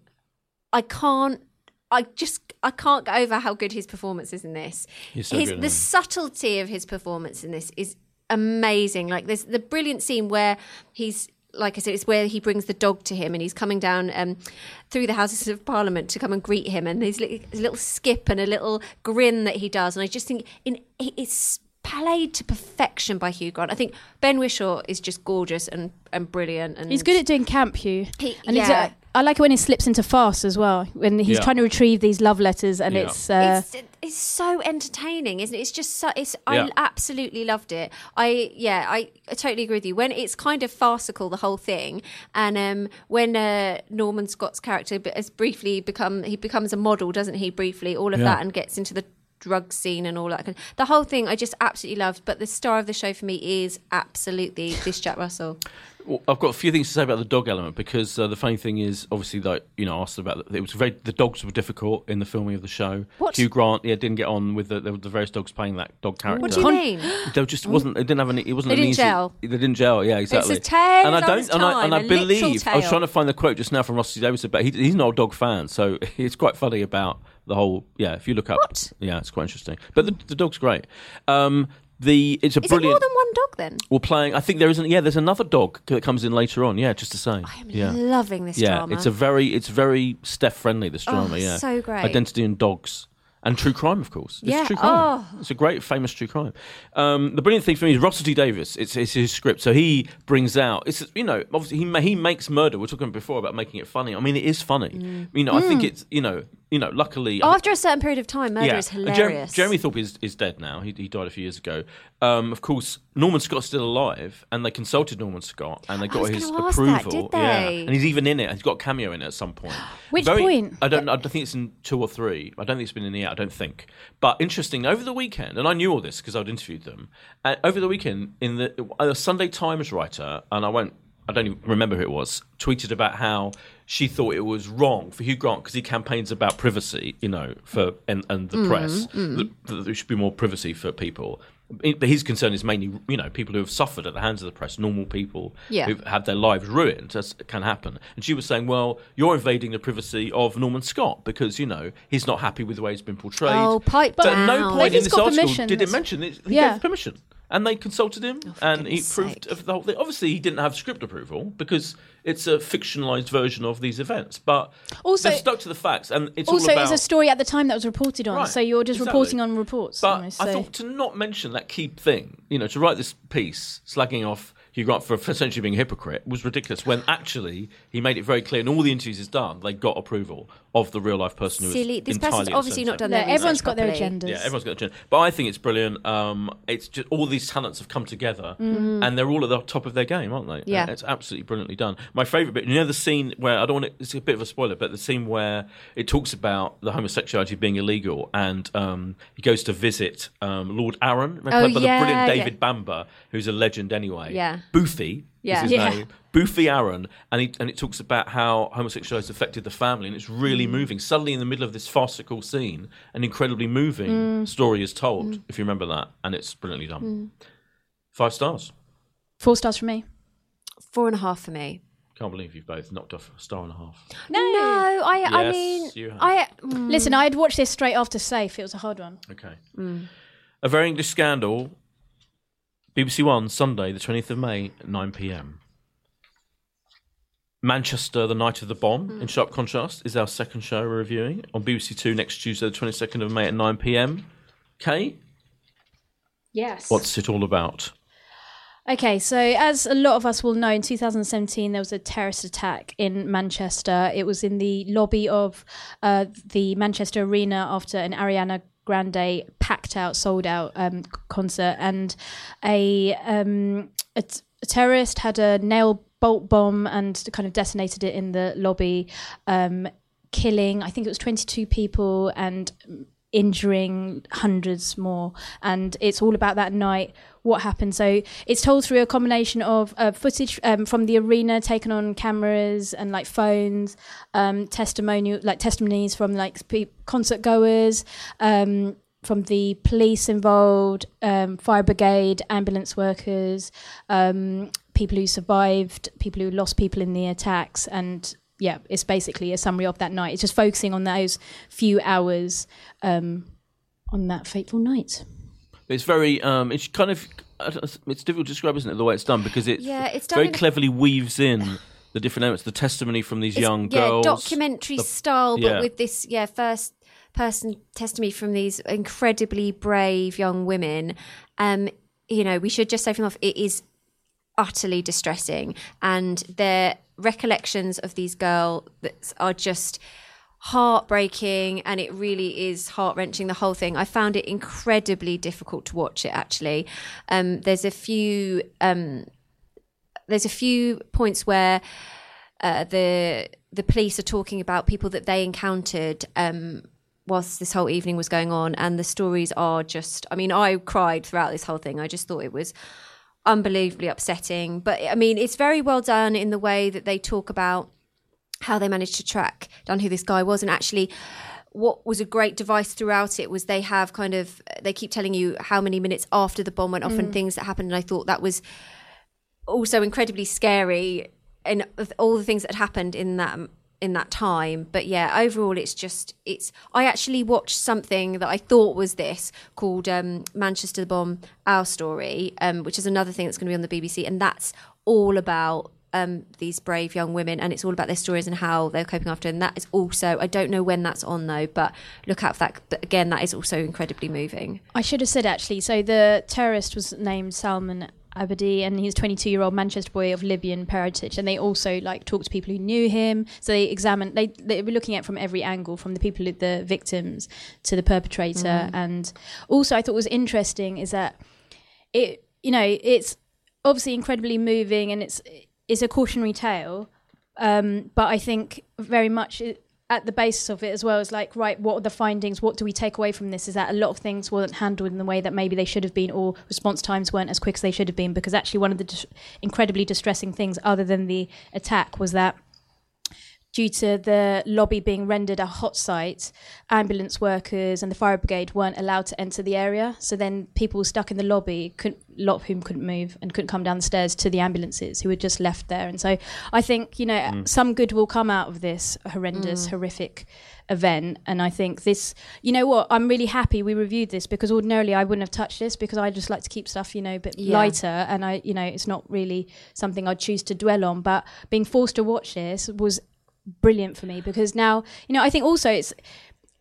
I can't. I just I can't get over how good his performance is in this.
He's so
his,
good, isn't
the
he?
subtlety of his performance in this is amazing. Like there's the brilliant scene where he's like I said, it's where he brings the dog to him, and he's coming down um, through the Houses of Parliament to come and greet him, and there's li- his little skip and a little grin that he does, and I just think in it's played to perfection by Hugh Grant. I think Ben Wishaw is just gorgeous and and brilliant, and
He's good at doing camp, Hugh.
He-
and he's,
yeah.
uh, I like it when he slips into farce as well. When he's
Yeah.
trying to retrieve these love letters, and
Yeah.
it's, uh,
it's it's so entertaining, isn't it? It's just so it's
Yeah.
I absolutely loved it. I yeah, I, I totally agree with you. When it's kind of farcical the whole thing, and um, when uh, Norman Scott's character b- has briefly become he becomes a model, doesn't he? Briefly, all of
Yeah.
that, and gets into the drug scene and all that. kind The whole thing I just absolutely loved. But the star of the show for me is absolutely this Jack Russell.
Well, I've got a few things to say about the dog element because uh, the funny thing is, obviously, that you know, I asked about it was very the dogs were difficult in the filming of the show.
What?
Hugh Grant, yeah, didn't get on with the, the, the various dogs playing that dog character.
What do you
Con-
mean?
They just wasn't. They didn't have any. It wasn't. an
They didn't
easy,
gel.
They didn't gel. Yeah, exactly.
tale
and I
of
don't.
its
and I, and I
time, a literal
believe I was
tale.
trying to find the quote just now from Rusty Davis, but he, he's an old dog fan, so it's quite funny about the whole. Yeah, if you look up.
What?
Yeah, it's quite interesting. But the, the dog's great. Um, the it's a
Is it
brilliant.
more than one dog then?
we're playing. I think there isn't. Yeah, there's another dog that comes in later on. Yeah, just the same.
I'm
yeah.
loving this
Yeah,
drama. Oh,
it's a very, it's very Steph friendly. This drama, yeah,
so great.
Identity and dogs and true crime, of course. It's
Yeah, oh.
true crime. It's a great, famous true crime. Um, the brilliant thing for me is Russell D Davis. It's, it's his script, so he brings out. It's you know, obviously he ma- he makes murder. We are talking before about making it funny. I mean, it is funny.
Mm.
You know, I think it's you know, you know. Luckily, I think-
After a certain period of time, murder is
and Jer-
hilarious.
Jeremy Thorpe is, is dead now. He, he died a few years ago. Um, of course, Norman Scott's still alive, and they consulted Norman Scott, and they got
was
his
gonna ask that,
approval.
did
Yeah,
they?
and he's even in it. He's got a cameo in it at some point.
Which point?
I don't. know. I don't think it's in two or three. I don't think it's been in the out. I don't think. But interesting. Over the weekend, and I knew all this because I'd interviewed them. And over the weekend, in the a Sunday Times writer, and I won't. I don't even remember who it was. Tweeted about how she thought it was wrong for Hugh Grant because he campaigns about privacy, you know, for and, and the press that, that there should be more privacy for people. it- but his concern is mainly you know people who have suffered at the hands of the press, normal people
Yeah.
who've had their lives ruined. That can happen. And she was saying, well, you're invading the privacy of Norman Scott because you know he's not happy with the way he's been portrayed.
Oh, pipe
but at no
down.
point
Maybe
in
he's
this
got
article
permission.
did it mention it. He
Yeah. Oh,
gave permission. And they consulted him,
for
and he
goodness
proved
sake.
of the whole thing. Obviously, he didn't have script approval because it's a fictionalized version of these events. But
Also-
they've stuck to the facts, and it's
also,
all about.
it's a story at the time that was reported on,
Right,
so you're just
exactly.
reporting on reports.
But
almost,
I
so-
thought to not mention that key thing, you know, to write this piece slagging off Hugh Grant for, for essentially being a hypocrite was ridiculous. When actually he made it very clear in all the interviews he's done, they got approval of the real life person who was
Silly. This
entirely
person's obviously not
innocent.
done
No,
their
everyone's
research
got their
properly.
agendas.
Yeah, everyone's got a gender. But I think it's brilliant. Um, it's just all these talents have come together, and they're all at the top of their game, aren't they?
Mm. Yeah.
And it's absolutely brilliantly done. My favourite bit, you know, the scene where I don't want it, it's a bit of a spoiler, but the scene where it talks about the homosexuality being illegal, and um, he goes to visit um, Lord Aaron, played by
yeah,
the brilliant
Oh, yeah.
David Bamber, who's a legend anyway.
Yeah.
Boofy.
Yeah.
Is his
Yeah.
name. Boofy Aaron, and he, and it talks about how homosexuality has affected the family, and it's really moving. Suddenly, in the middle of this farcical scene, an incredibly moving story is told. If you remember that, and it's brilliantly done. Five stars.
Four stars from me.
Four and a half for me.
Can't believe you've both knocked off a star and a half.
No, I, I
Yes,
mean,
you have.
I. mm,
Listen, I had watched this straight after Safe. It was a hard one.
Okay.
Mm.
A very English scandal. BBC One, Sunday, the 20th of May, 9 pm. Manchester, the night of the bomb,
Mm.
in sharp contrast, is our second show we're reviewing on BBC Two next Tuesday, the 22nd of May at 9 pm. Kay,
Yes.
what's it all about?
Okay, so as a lot of us will know, in 2017 there was a terrorist attack in Manchester. It was in the lobby of uh, the Manchester Arena after an Ariana Grande packed out, sold out um, c- concert, and a, um, a, t- a terrorist had a nail bolt bomb and kind of detonated it in the lobby, um, killing I think it was 22 people and injuring hundreds more and it's all about that night what happened so it's told through a combination of uh, footage um, from the arena taken on cameras and like phones um, testimonial like testimonies from like pe- concert goers um, from the police involved um, fire brigade ambulance workers um, people who survived people who lost people in the attacks and yeah, it's basically a summary of that night. It's just focusing on those few hours um, on that fateful night.
It's very, um, it's kind of, I don't- it's difficult to describe, isn't it, the way it's done, because it
Yeah, it's done
very
in a-
cleverly weaves in the different elements, the testimony from these
it's-
young
yeah,
girls.
documentary style, but
yeah.
with this, yeah, first person testimony from these incredibly brave young women. Um, you know, we should just say from off, it is utterly distressing, and their recollections of these girls are just heartbreaking and it really is heart-wrenching the whole thing i found it incredibly difficult to watch it actually um, there's a few um, there's a few points where uh, the the police are talking about people that they encountered um, whilst this whole evening was going on, and the stories are just. I mean, I cried throughout this whole thing. I just thought it was unbelievably upsetting. But I mean, it's very well done in the way that they talk about how they managed to track down who this guy was and actually what was a great device throughout it was they have kind of they keep telling you how many minutes after the bomb went off and things that happened and i thought that was also incredibly scary and of all the things that happened in that in that time but yeah overall it's just it's i actually watched something that i thought was this called um, manchester bomb our story um, which is another thing that's going to be on the bbc and that's all about um, these brave young women and it's all about their stories and how they're coping after and that is also i don't know when that's on though but look out for that but again that is also incredibly moving
I should have said actually. So the terrorist was named Salman Abadi, and he's a 22-year-old Manchester boy of Libyan heritage. And they also like talked to people who knew him. So they examined. They they were looking at it from every angle, from the people, the victims, to the perpetrator. And also, I thought was interesting is that it you know it's obviously incredibly moving and it's it's a cautionary tale um but i think very much it, at the basis of it as well is like right what are the findings what do we take away from this is that a lot of things weren't handled in the way that maybe they should have been or response times weren't as quick as they should have been because actually one of the dis- incredibly distressing things other than the attack was that due to the lobby being rendered a hot site, ambulance workers and the fire brigade weren't allowed to enter the area. So then people were stuck in the lobby, couldn't, a lot of whom couldn't move and couldn't come down the stairs to the ambulances who were just left there. And so I think, you know, some good will come out of this horrendous, horrific event. And I think this, you know what, I'm really happy we reviewed this because ordinarily I wouldn't have touched this because I just like to keep stuff, you know, a bit
Yeah.
lighter. And I, you know, it's not really something I'd choose to dwell on. But being forced to watch this was brilliant for me because now, you know, I think also it's,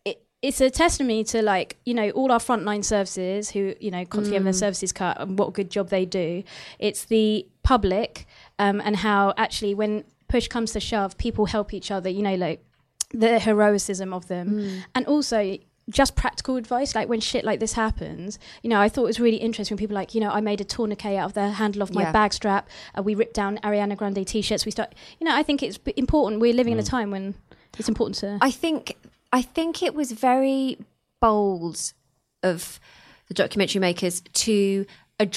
it- it's a testimony to like you know all our frontline services who you know constantly having their services cut and what a good job they do. It's the public um, and how actually when push comes to shove, people help each other. You know, like the heroicism of them and also just practical advice like when shit like this happens you know i thought it was really interesting when people like you know i made a tourniquet out of the handle of my
Yeah.
bag strap uh, we ripped down ariana grande t-shirts we start you know i think it's b- important we're living in a time when it's important to
I think I think it was very bold of the documentary makers to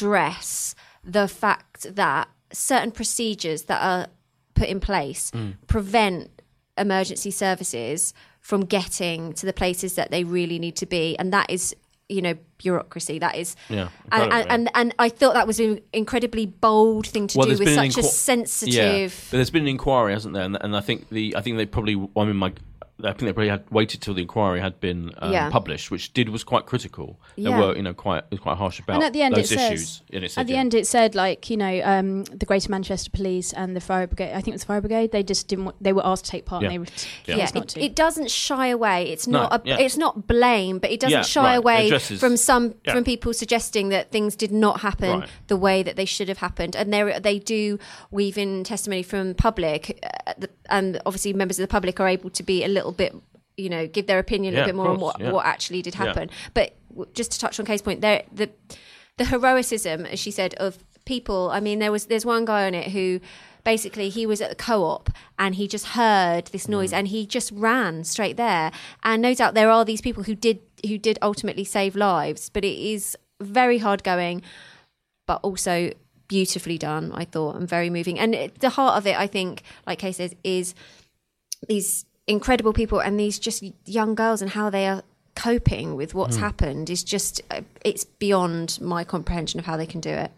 address the fact that certain procedures that are put in place
Mm.
prevent emergency services from getting to the places that they really need to be and that is you know bureaucracy that is
Yeah,
and,
incredible,
and, and and I thought that was an incredibly bold thing to do
there's
with
been an
such
inqui-
a
Yeah,
sensitive
but there's been an inquiry, hasn't there? And, and I think the I think they probably I mean my I think they probably had waited till the inquiry had been um,
Yeah.
published, which did was quite critical. There
Yeah.
were you know quite it was quite harsh about
And at the end
those
it says-
issues. and it said,
At the
yeah.
end, it said like you know um, the Greater Manchester Police and the Fire Brigade. I think it was Fire Brigade. They just didn't. Want, they were asked to take part.
Yeah.
and They were
Yeah.
yeah.
yeah,
not
it,
to.
it doesn't shy away. It's
No,
not a,
yeah.
it's not blame, but it doesn't
Yeah, right.
shy
It
away
addresses-
from some
yeah.
from people suggesting that things did not happen
Right.
the way that they should have happened. And they they do weave in testimony from public, uh, the- and obviously members of the public are able to be a little bit, you know, give their opinion
Yeah,
a bit
of
more on
course,
what
yeah.
what actually did
Yeah.
happen. But w- just to touch on Kay's point, there the the heroicism, as she said, of people. I mean, there was there's one guy on it who basically he was at the co-op and he just heard this noise and he just ran straight there. And no doubt there are these people who did who did ultimately save lives, but it is very hard going, but also beautifully done. I thought and very moving. And it, the heart of it, I think, like Kay says, is these incredible people and these just young girls and how they are coping with what's happened is just uh, it's beyond my comprehension of how they can do it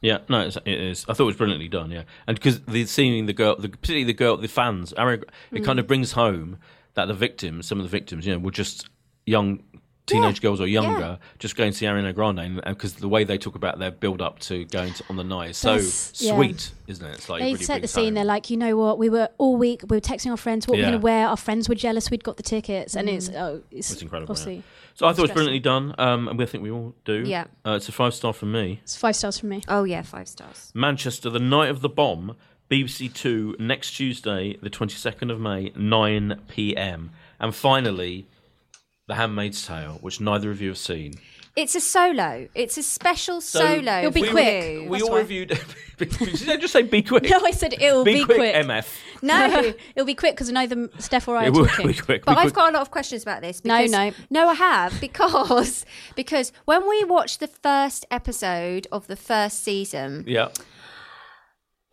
Yeah, no, it's, it is. I thought it was brilliantly done. Yeah, and because the seeing the girl, the, particularly the girl, the fans, Aaron,
Mm.
it kind of brings home that the victims, some of the victims, you know, were just young teenage girls or younger, just going to see Ariana Grande, because the way they talk about their build up to going to, on the night is so
That's- yeah.
sweet, isn't it? It's like it
They
really
set the
brings
scene.
home.
They're like, you know what? We were all week. We were texting our friends what
Yeah.
we're going to wear. Our friends were jealous. We'd got the tickets, and it's oh, it's,
It's incredible,
Obviously,
yeah. So I thought it was brilliantly done, um, and we I think we all do.
Yeah.
uh, it's a five star from me.
it's five stars from me.
oh yeah five stars
Manchester, the night of the bomb, BBC Two, next Tuesday, the 22nd of May, 9 pm. And finally, The Handmaid's Tale, which neither of you have seen.
it's a solo it's a special solo
It'll be
for
quick.
you.
We
That's
all
why.
reviewed. Did I just say be quick?
No, I said it'll
be,
be,
quick, MF.
No, it'll be quick because neither Steph or I
It
are
will
talking.
be quick.
but
be
I've
quick.
got a lot of questions about this.
No,
Because,
no.
no, I have because because when we watched the first episode of the first season,
Yeah.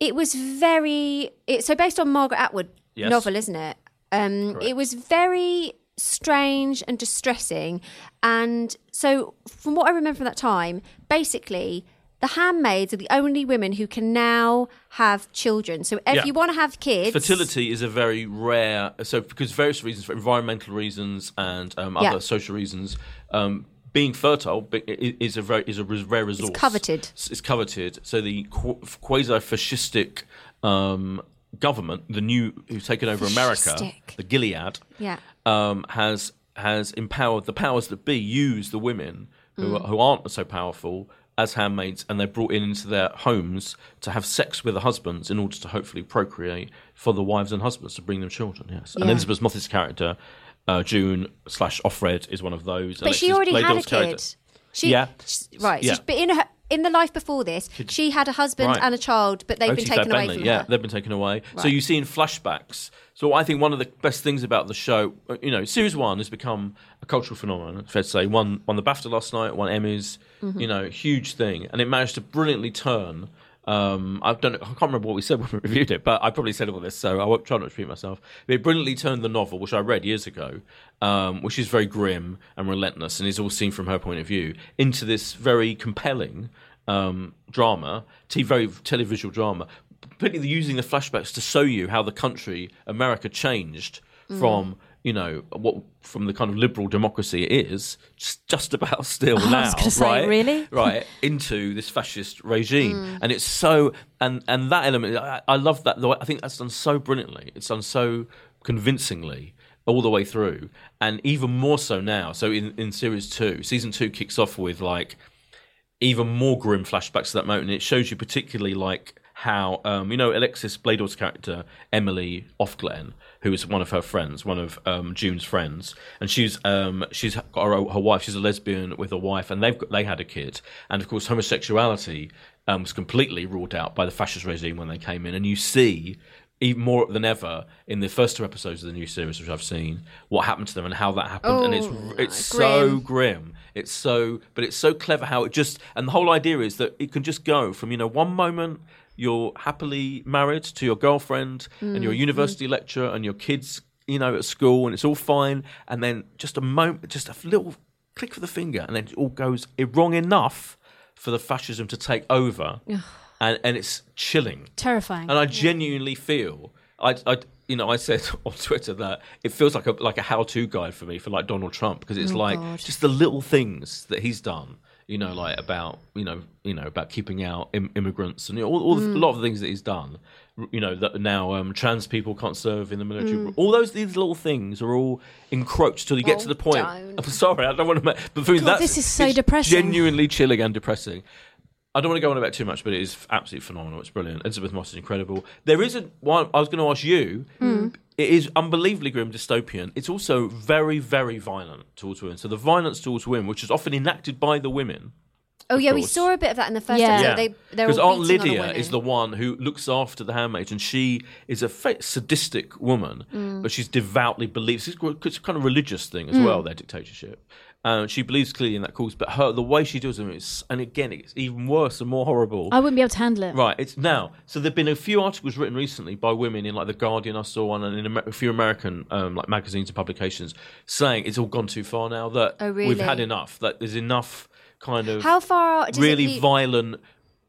it was very it, so based on margaret atwood
Yes.
novel isn't it um it was very strange and distressing and so from what i remember from that time basically the handmaids are the only women who can now have children so if
Yeah.
you want to have kids
Fertility is a very rare, so because various reasons, for environmental reasons and um, other
Yeah.
social reasons, um, being fertile be- i- is a very is a res- rare resource.
coveted.
S- It's coveted. So the qu- quasi-fascistic um, government, the new who's taken over America,
Fascistic.
the Gilead,
Yeah.
um, has has empowered the powers that be use the women who
Mm.
are, who aren't so powerful as handmaids, and they're brought in into their homes to have sex with the husbands in order to hopefully procreate for the wives and husbands to bring them children. Yes, and
Yeah.
Elizabeth Moss's character. Uh, June slash Offred is one of those.
but she already had a kid she,
Yeah.
she- right so
Yeah.
she- but in her in the life before this she had a husband
Right. Oh,
and a child but they've been
Otis
taken away
Bentley,
from
yeah,
her
they've been taken away. So you see in flashbacks. So I think one of the best things about the show, uh, you know, series one has become a cultural phenomenon. Fair to say,
Mm-hmm.
won won the BAFTA last night, won Emmys, you know, huge thing, and it managed to brilliantly turn Um, I don't. Know, I can't remember what we said when we reviewed it, but I probably said all this, so I won't try not to repeat myself. But it brilliantly turned the novel, which I read years ago, um, which is very grim and relentless, and is all seen from her point of view, into this very compelling um, drama, t- very televisual drama, particularly using the flashbacks to show you how the country, America, changed
Mm.
from you know what from the kind of liberal democracy it is, just, just about still
I
now,
was gonna say,
right?
really? Mm.
right into this fascist regime and it's so and and that element I, I love that the way- i think that's done so brilliantly it's done so convincingly all the way through and even more so now so in in series 2 season 2 kicks off with like even more grim flashbacks to that moment and it shows you particularly like how um, you know Alexis Blador's character Emily Offglen, who is one of her friends, one of um, June's friends, and she's um, she's got her, her wife. She's a lesbian with a wife, and they've got, they had a kid. And of course, homosexuality um, was completely ruled out by the fascist regime when they came in. And you see even more than ever in the first two episodes of the new series, which I've seen, what happened to them and how that happened. and it's
Oh,
it's
grim.
so grim. It's so, but it's so clever how it just, and the whole idea is that it can just go from, you know, one moment you're happily married to your girlfriend and
Mm-hmm.
your university lecturer and your kids, you know, at school and it's all fine. And then just a moment, just a little click of the finger and then it all goes wrong enough for the fascism to take over. and, and it's chilling.
Terrifying.
And I genuinely feel I, I you know I said on Twitter that it feels like a like a how to guide for me for like Donald Trump because it's like
Oh, God.
just the little things that he's done. You know, like about you know, you know about keeping out Im- immigrants and you know, all, all the,
Mm.
a lot of the things that he's done. R- You know that now um, trans people can't serve in the military. All those these little things are all encroached till you get to
Mm. Oh,
the point.
don't.
I'm sorry, I don't want to. Make, but for me, that's
this is so
it's
depressing.
Genuinely chilling and depressing. I don't want to go on about it too much, but it is absolutely phenomenal. It's brilliant. Elizabeth Moss is incredible. There isn't one. I was going to ask you.
Hmm.
It is unbelievably grim, dystopian. It's also very, very violent towards women. So the violence towards women, which is often enacted by the women,
Oh
Of
yeah, we
course.
saw a bit of that in the first
Yeah.
episode.
Yeah.
They they're
because
all
Aunt
beating on
Lydia
women.
is the one who looks after the handmaid, and she is a fa- sadistic woman,
Mm.
but she's devoutly believes it's, qu- it's kind of religious thing as well. Their dictatorship, uh, she believes clearly in that cause, but her the way she does them is, and again, it's even worse and more horrible.
Oh.
I wouldn't be able to handle it.
Right, it's now. So there've been a few articles written recently by women in like the Guardian. I saw one, and in Amer- a few American um, like magazines and publications saying it's all gone too far now. That
Oh,
we've
really?
had enough. That there's enough kind of
How far does
really
it lead-
violent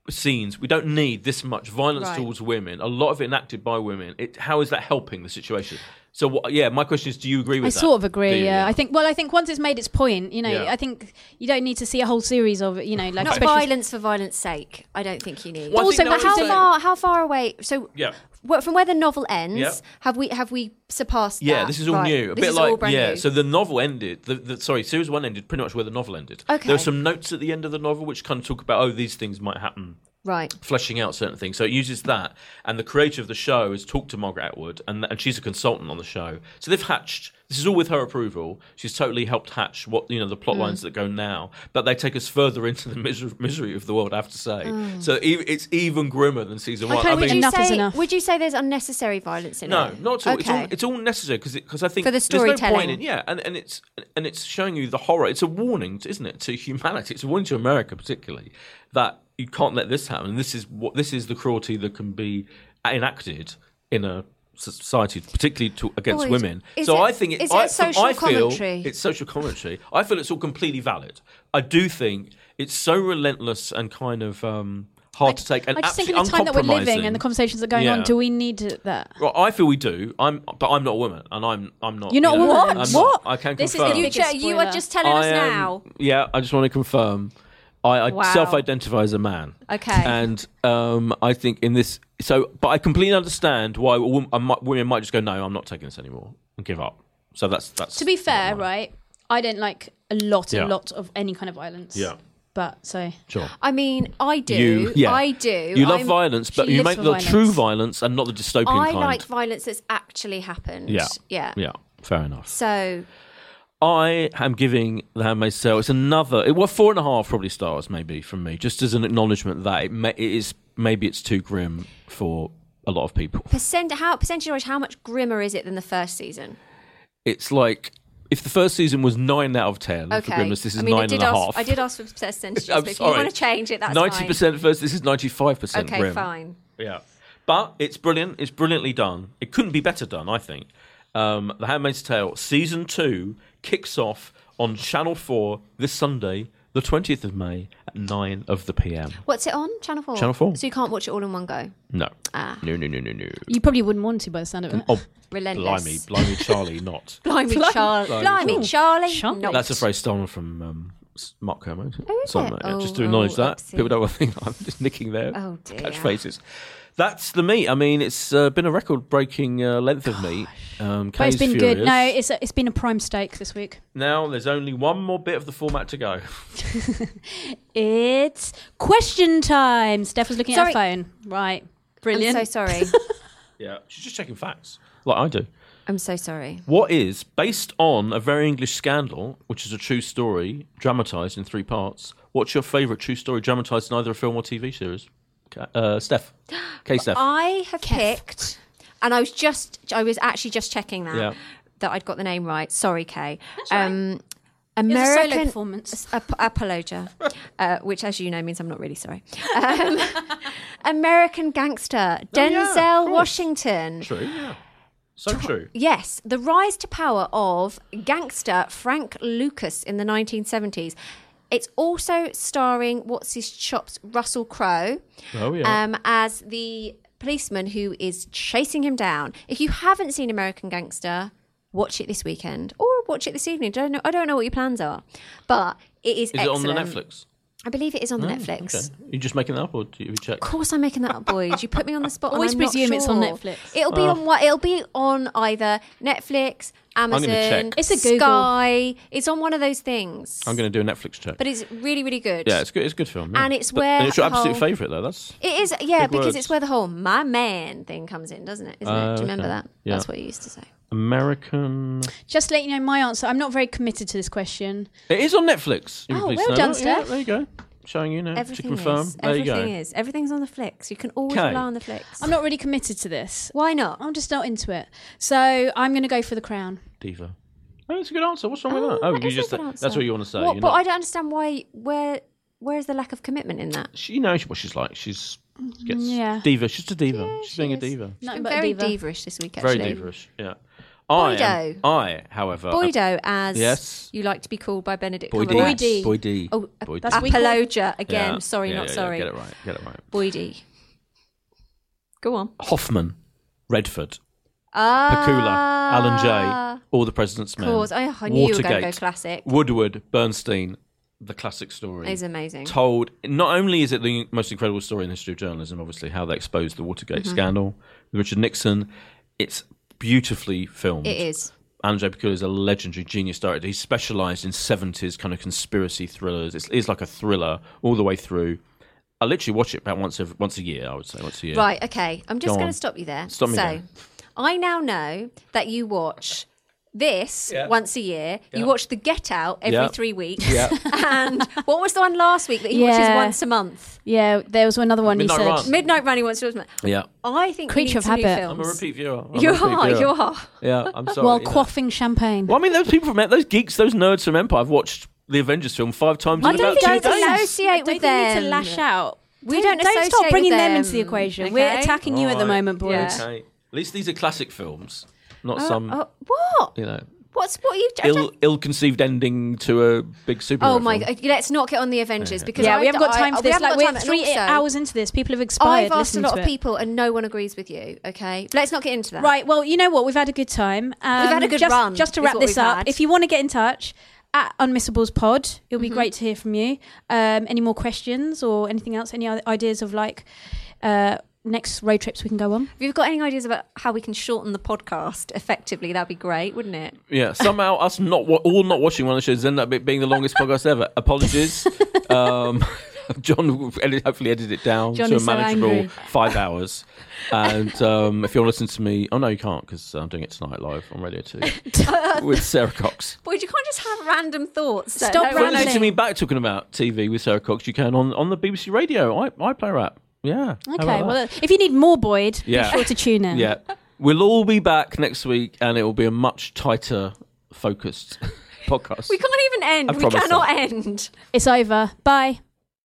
scenes. We don't need this much violence
Right.
towards women. A lot of it enacted by women. It, how is that helping the situation? So what, yeah, my question is: Do you agree with
I
that?
sort of
Do
agree.
you?
Yeah, I think. Well, I think once it's made its point, you know,
Yeah.
I think you don't need to see a whole series of it. You know, like
Not
especially-
violence for violence sake. I don't think you need.
Well, I
Also,
think
but
that was
how
the thing.
far? How far away? So
Yeah.
wh- from where the novel ends,
Yeah.
have we have we surpassed?
Yeah,
that?
this is all
Right.
new. A
This
bit
is
like
all brand
yeah.
new.
So the novel ended. The, the sorry, series one ended pretty much where the novel ended.
Okay.
There are some notes at the end of the novel which kind of talk about oh these things might happen
right.
fleshing out certain things. So it uses that, and the creator of the show has talked to Margaret Atwood, and, and she's a consultant on the show. So they've hatched. This is all with her approval. She's totally helped hatch what you know the plot lines that go now, but they take us further into the misery, misery of the world. I have to say, so e- it's even grimmer than season one.
kinda
I
wish
mean,
would you
enough
say
is enough.
would you say there's unnecessary violence in
no,
it?
not at all. It's,
Okay.
all. it's all necessary because because I think
For the
there's no point
storytelling.
in- yeah, and, and it's and it's showing you the horror. It's a warning, isn't it, to humanity? It's a warning to America, particularly that you can't let this happen. This is what this is the cruelty that can be enacted in a society, particularly to, against
Boyd,
women.
is
So
it-
I think it,
is it
I,
a social
I feel
commentary?
it's social commentary. I feel it's all completely valid. I do think it's so relentless and kind kind of um, hard to take and
I just think in
absolutely
the time that we're living
uncompromising.
and the conversations that are going
Yeah.
on, do we need to- that?
Well, I feel we do. I'm, but I'm not a woman, and I'm, I'm not.
You're not
you know,
a woman?
I'm not-
What?
I can
This is
confirm.
the
You,
biggest
ju- you are
spoiler.
just telling us
I am-
now.
Yeah, I just want to confirm. I, I
Wow.
self-identify as a man.
Okay.
And um, I think in this, so, but I completely understand why a wom- a mu- women might just go, no, I'm not taking this anymore, and give up. So that's that's.
To be fair, right? I don't like a lot,
Yeah.
a lot of any kind of violence.
Yeah.
But so
Sure.
I mean, I do.
You, yeah.
I do.
You love
I'm-
violence, but
She
you
lives
make
for
the
violence.
true violence and not the dystopian
I
kind.
like violence that's actually happened.
yeah.
Yeah.
Yeah. Fair enough.
So
I am giving The Handmaid's Tale. It's another. It was four and a half, probably stars, maybe from me, just as an acknowledgement that it, may, it is maybe it's too grim for a lot of people.
percent how percentage wise, how much grimmer is it than the first season?
It's like if the first season was nine out of ten for Grimness, this is
I mean, I
nine
did
and a
ask,
half.
I did ask for percentages,
I'm
but if you
sorry.
want to change it, that's
Ninety percent first. This is ninety-five
Fine.
percent.
Okay,
Grim.
fine.
Yeah, but it's brilliant. It's brilliantly done. It couldn't be better done. I think. Um, the Handmaid's Tale season two kicks off on Channel Four this Sunday, the twentieth of May at nine of the PM.
What's it on? Channel four.
Channel 4.
So you can't watch it all in one go.
No, no, no, no, no, no.
You probably wouldn't want to by the sound of it.
Oh, blimey,
Relentless.
blimey, Charlie, not.
Blimey, Charlie. Blimey, Charlie.
Charlie.
Not.
That's a phrase stolen from um, S- Mark Kermode.
Oh, is
Sorry,
it?
mate, yeah, just
Oh,
to acknowledge
oh,
that.
oopsie.
People don't think I'm just nicking their
Oh, dear.
catchphrases. That's the meat. I mean, it's uh, been a record-breaking uh, length of meat. Um,
But
Kay's
it's been
furious.
good. No, it's it's been a prime steak this week.
Now there's only one more bit of the format to go.
It's question time. Steph was looking
Sorry.
at her phone. Right.
I'm
Brilliant.
so sorry.
yeah, she's just checking facts, like I do.
I'm so sorry.
What is based on a very English scandal, which is a true story dramatized in three parts? What's your favorite true story dramatized in either a film or TV series? Ka- Uh, Steph, K. Steph.
I have picked, and I was just, I was actually just checking that
Yeah.
that I'd got the name right. Sorry, Kay. Um,
It's a solo
American
performance.
Ap- Apologia, uh, which, as you know, means I'm not really sorry. Um, American gangster
Oh, yeah,
Denzel
of course.
Washington.
True. Yeah. So true.
Yes, the rise to power of gangster Frank Lucas in the 1970s. It's also starring what's his chops Russell Crowe
Oh yeah.
um, as the policeman who is chasing him down. If you haven't seen American Gangster, watch it this weekend or watch it this evening. Don't know. I don't know what your plans are, but it is.
is
excellent.
it on the Netflix?
I believe it is on the Netflix.
Oh, Okay. You just making that up, or do you check?
Of course, I'm making that up, boys. You put me on the spot. and
Always
I'm not
presume it's on
sure.
Netflix.
It'll
Oh.
be on what? It'll be on either Netflix,
gonna
Amazon,
check.
It's a Google.
Sky. It's on one of those things.
I'm going to do a Netflix check.
but it's really, really good.
yeah, it's good. It's a good film. yeah.
And it's
But-
where
it's your
the
absolute
whole-
favourite, though. That's
It is, yeah,
Big
because
words.
it's where the whole "my man" thing comes in, doesn't it? Isn't it? Do
Oh,
you
okay.
remember that?
Yeah.
That's what you used to say.
American.
Just to let you know my answer. I'm not very committed to this question.
It is on Netflix. you
Oh,
please
well
know
done,
that. Yeah,
Steph.
there you go. Showing you now to
Everything
confirm.
is.
there you go.
Everything is. Everything's on the flicks. You can always
Okay.
rely on the flicks.
I'm not really committed to this.
Why not?
I'm just not into it. So I'm going to go for the crown.
Diva. Oh, that's a good answer. What's wrong with that?
Oh,
Oh,
that
you
is a
just
good
that's
answer.
what you want to say.
What-
you're
but
not-
I don't understand why. Where where is the lack of commitment in that?
she, you know what she's like. She's gets
Mm,
Yeah.
diva. She's just a diva. she's being a
is.
diva.
Nothing
I'm
but a
very
diva.
diva-ish this week,
Very
actually.
diva-ish. Yeah. I, am-
Boydo.
I, however, am-
Boydo, as
Uh, Yes.
you like to be called by Benedict
Boy D.
Cumberbatch.
D.
Boy D.
Oh,
Boy
that's
D.
we call-
Apologia again.
Yeah.
Sorry,
Yeah,
not
yeah, yeah.
sorry.
Get it right. Get it right.
Boy D. Go on.
Hoffman, Redford, Pakula,
Ah,
Alan Jay, all the President's Men.
Of course. Oh, I, I knew you were going to go
Watergate,
classic.
Woodward, Bernstein, the classic story.
It's amazing.
Mm-hmm. told not only is it the most incredible story in the history of journalism, obviously how they exposed the Watergate
Mm-hmm.
scandal with Richard Nixon, it's beautifully filmed.
It is.
Andrzej Pakula is a legendary genius director. He specialised in seventies kind of conspiracy thrillers. It's, it's like a thriller all the way through. I literally watch it about once every, once a year. I would say once a year.
Right, okay. I'm just
Go
going
on.
to stop you there.
Stop me
so,
there.
I now know that you watch this
Yeah.
once a year.
Yeah.
You watch The Get Out every
Yeah.
three weeks.
Yeah.
and what was the one last week that he watches
Yeah.
once a month?
Yeah, there was another one
Midnight
you said.
Run.
Midnight Running once a month.
Yeah.
I think we
Creature
need
of
some new
Habit.
I'm a
films.
repeat viewer. I'm a
You
repeat
are,
viewer.
you are.
Oh, Yeah, I'm sorry.
While
you know.
quaffing champagne.
Well, I mean, those people from those geeks, those nerds from Empire, have watched the Avengers film five times
I
in
don't
about
think
two
I
days.
associate
I don't
with
think you need
them.
to lash out.
We
don't,
don't
don't
associate
start bringing
with
them,
them,
into the equation. We're
okay?
attacking you at the
Alright.
moment, boys.
Yeah.
Okay. At least these are classic films, not
Uh,
some
oh, what?
you know
What's what are you? I
ill
don't-
ill-conceived ending to a big superhero.
Oh my!
film.
God. Let's not get on the Avengers because
Yeah,
I,
we haven't got
I-
time for
we
this.
haven't
Like
got
we're
time, and
three
also,
hours into this. People have
I've
expired.
asked a
listening
lot
to
of
it.
people, and no one agrees with you. Okay, let's not get into that.
Right. Well, you know what? We've had a good time. Um,
had a good
just,
run,
Just to
is
wrap
what
this
we've
up,
had.
if you want to get in touch at Unmissables Pod, it'll be great to hear from you. Um, any more questions or anything else? Any other ideas of like uh, next road trips we can go on?
If you've got any ideas about how we can shorten the podcast effectively, that'd be great, wouldn't it?
Yeah, somehow us not wa- all not watching one of the shows ended up being the longest podcast ever. Apologies. Um, John will edit, hopefully edit it down
John
to a
is so
manageable
angry.
five hours. And um, if you want to listen to me, oh no, you can't because I'm doing it tonight live on Radio 2 with Sarah Cox.
Boy, you can't just have random thoughts. that
Stop
Well, listen to
Rambling.
me back talking about TV with Sarah Cox. You can on, on the BBC Radio. I, I play rap. Yeah. How
Okay.
about that?
Well, if you need more Boyd,
Yeah.
be sure to tune in.
yeah. We'll all be back next week, and it will be a much tighter focused podcast.
We can't even end.
I
we
promise
cannot end.
It's over. Bye.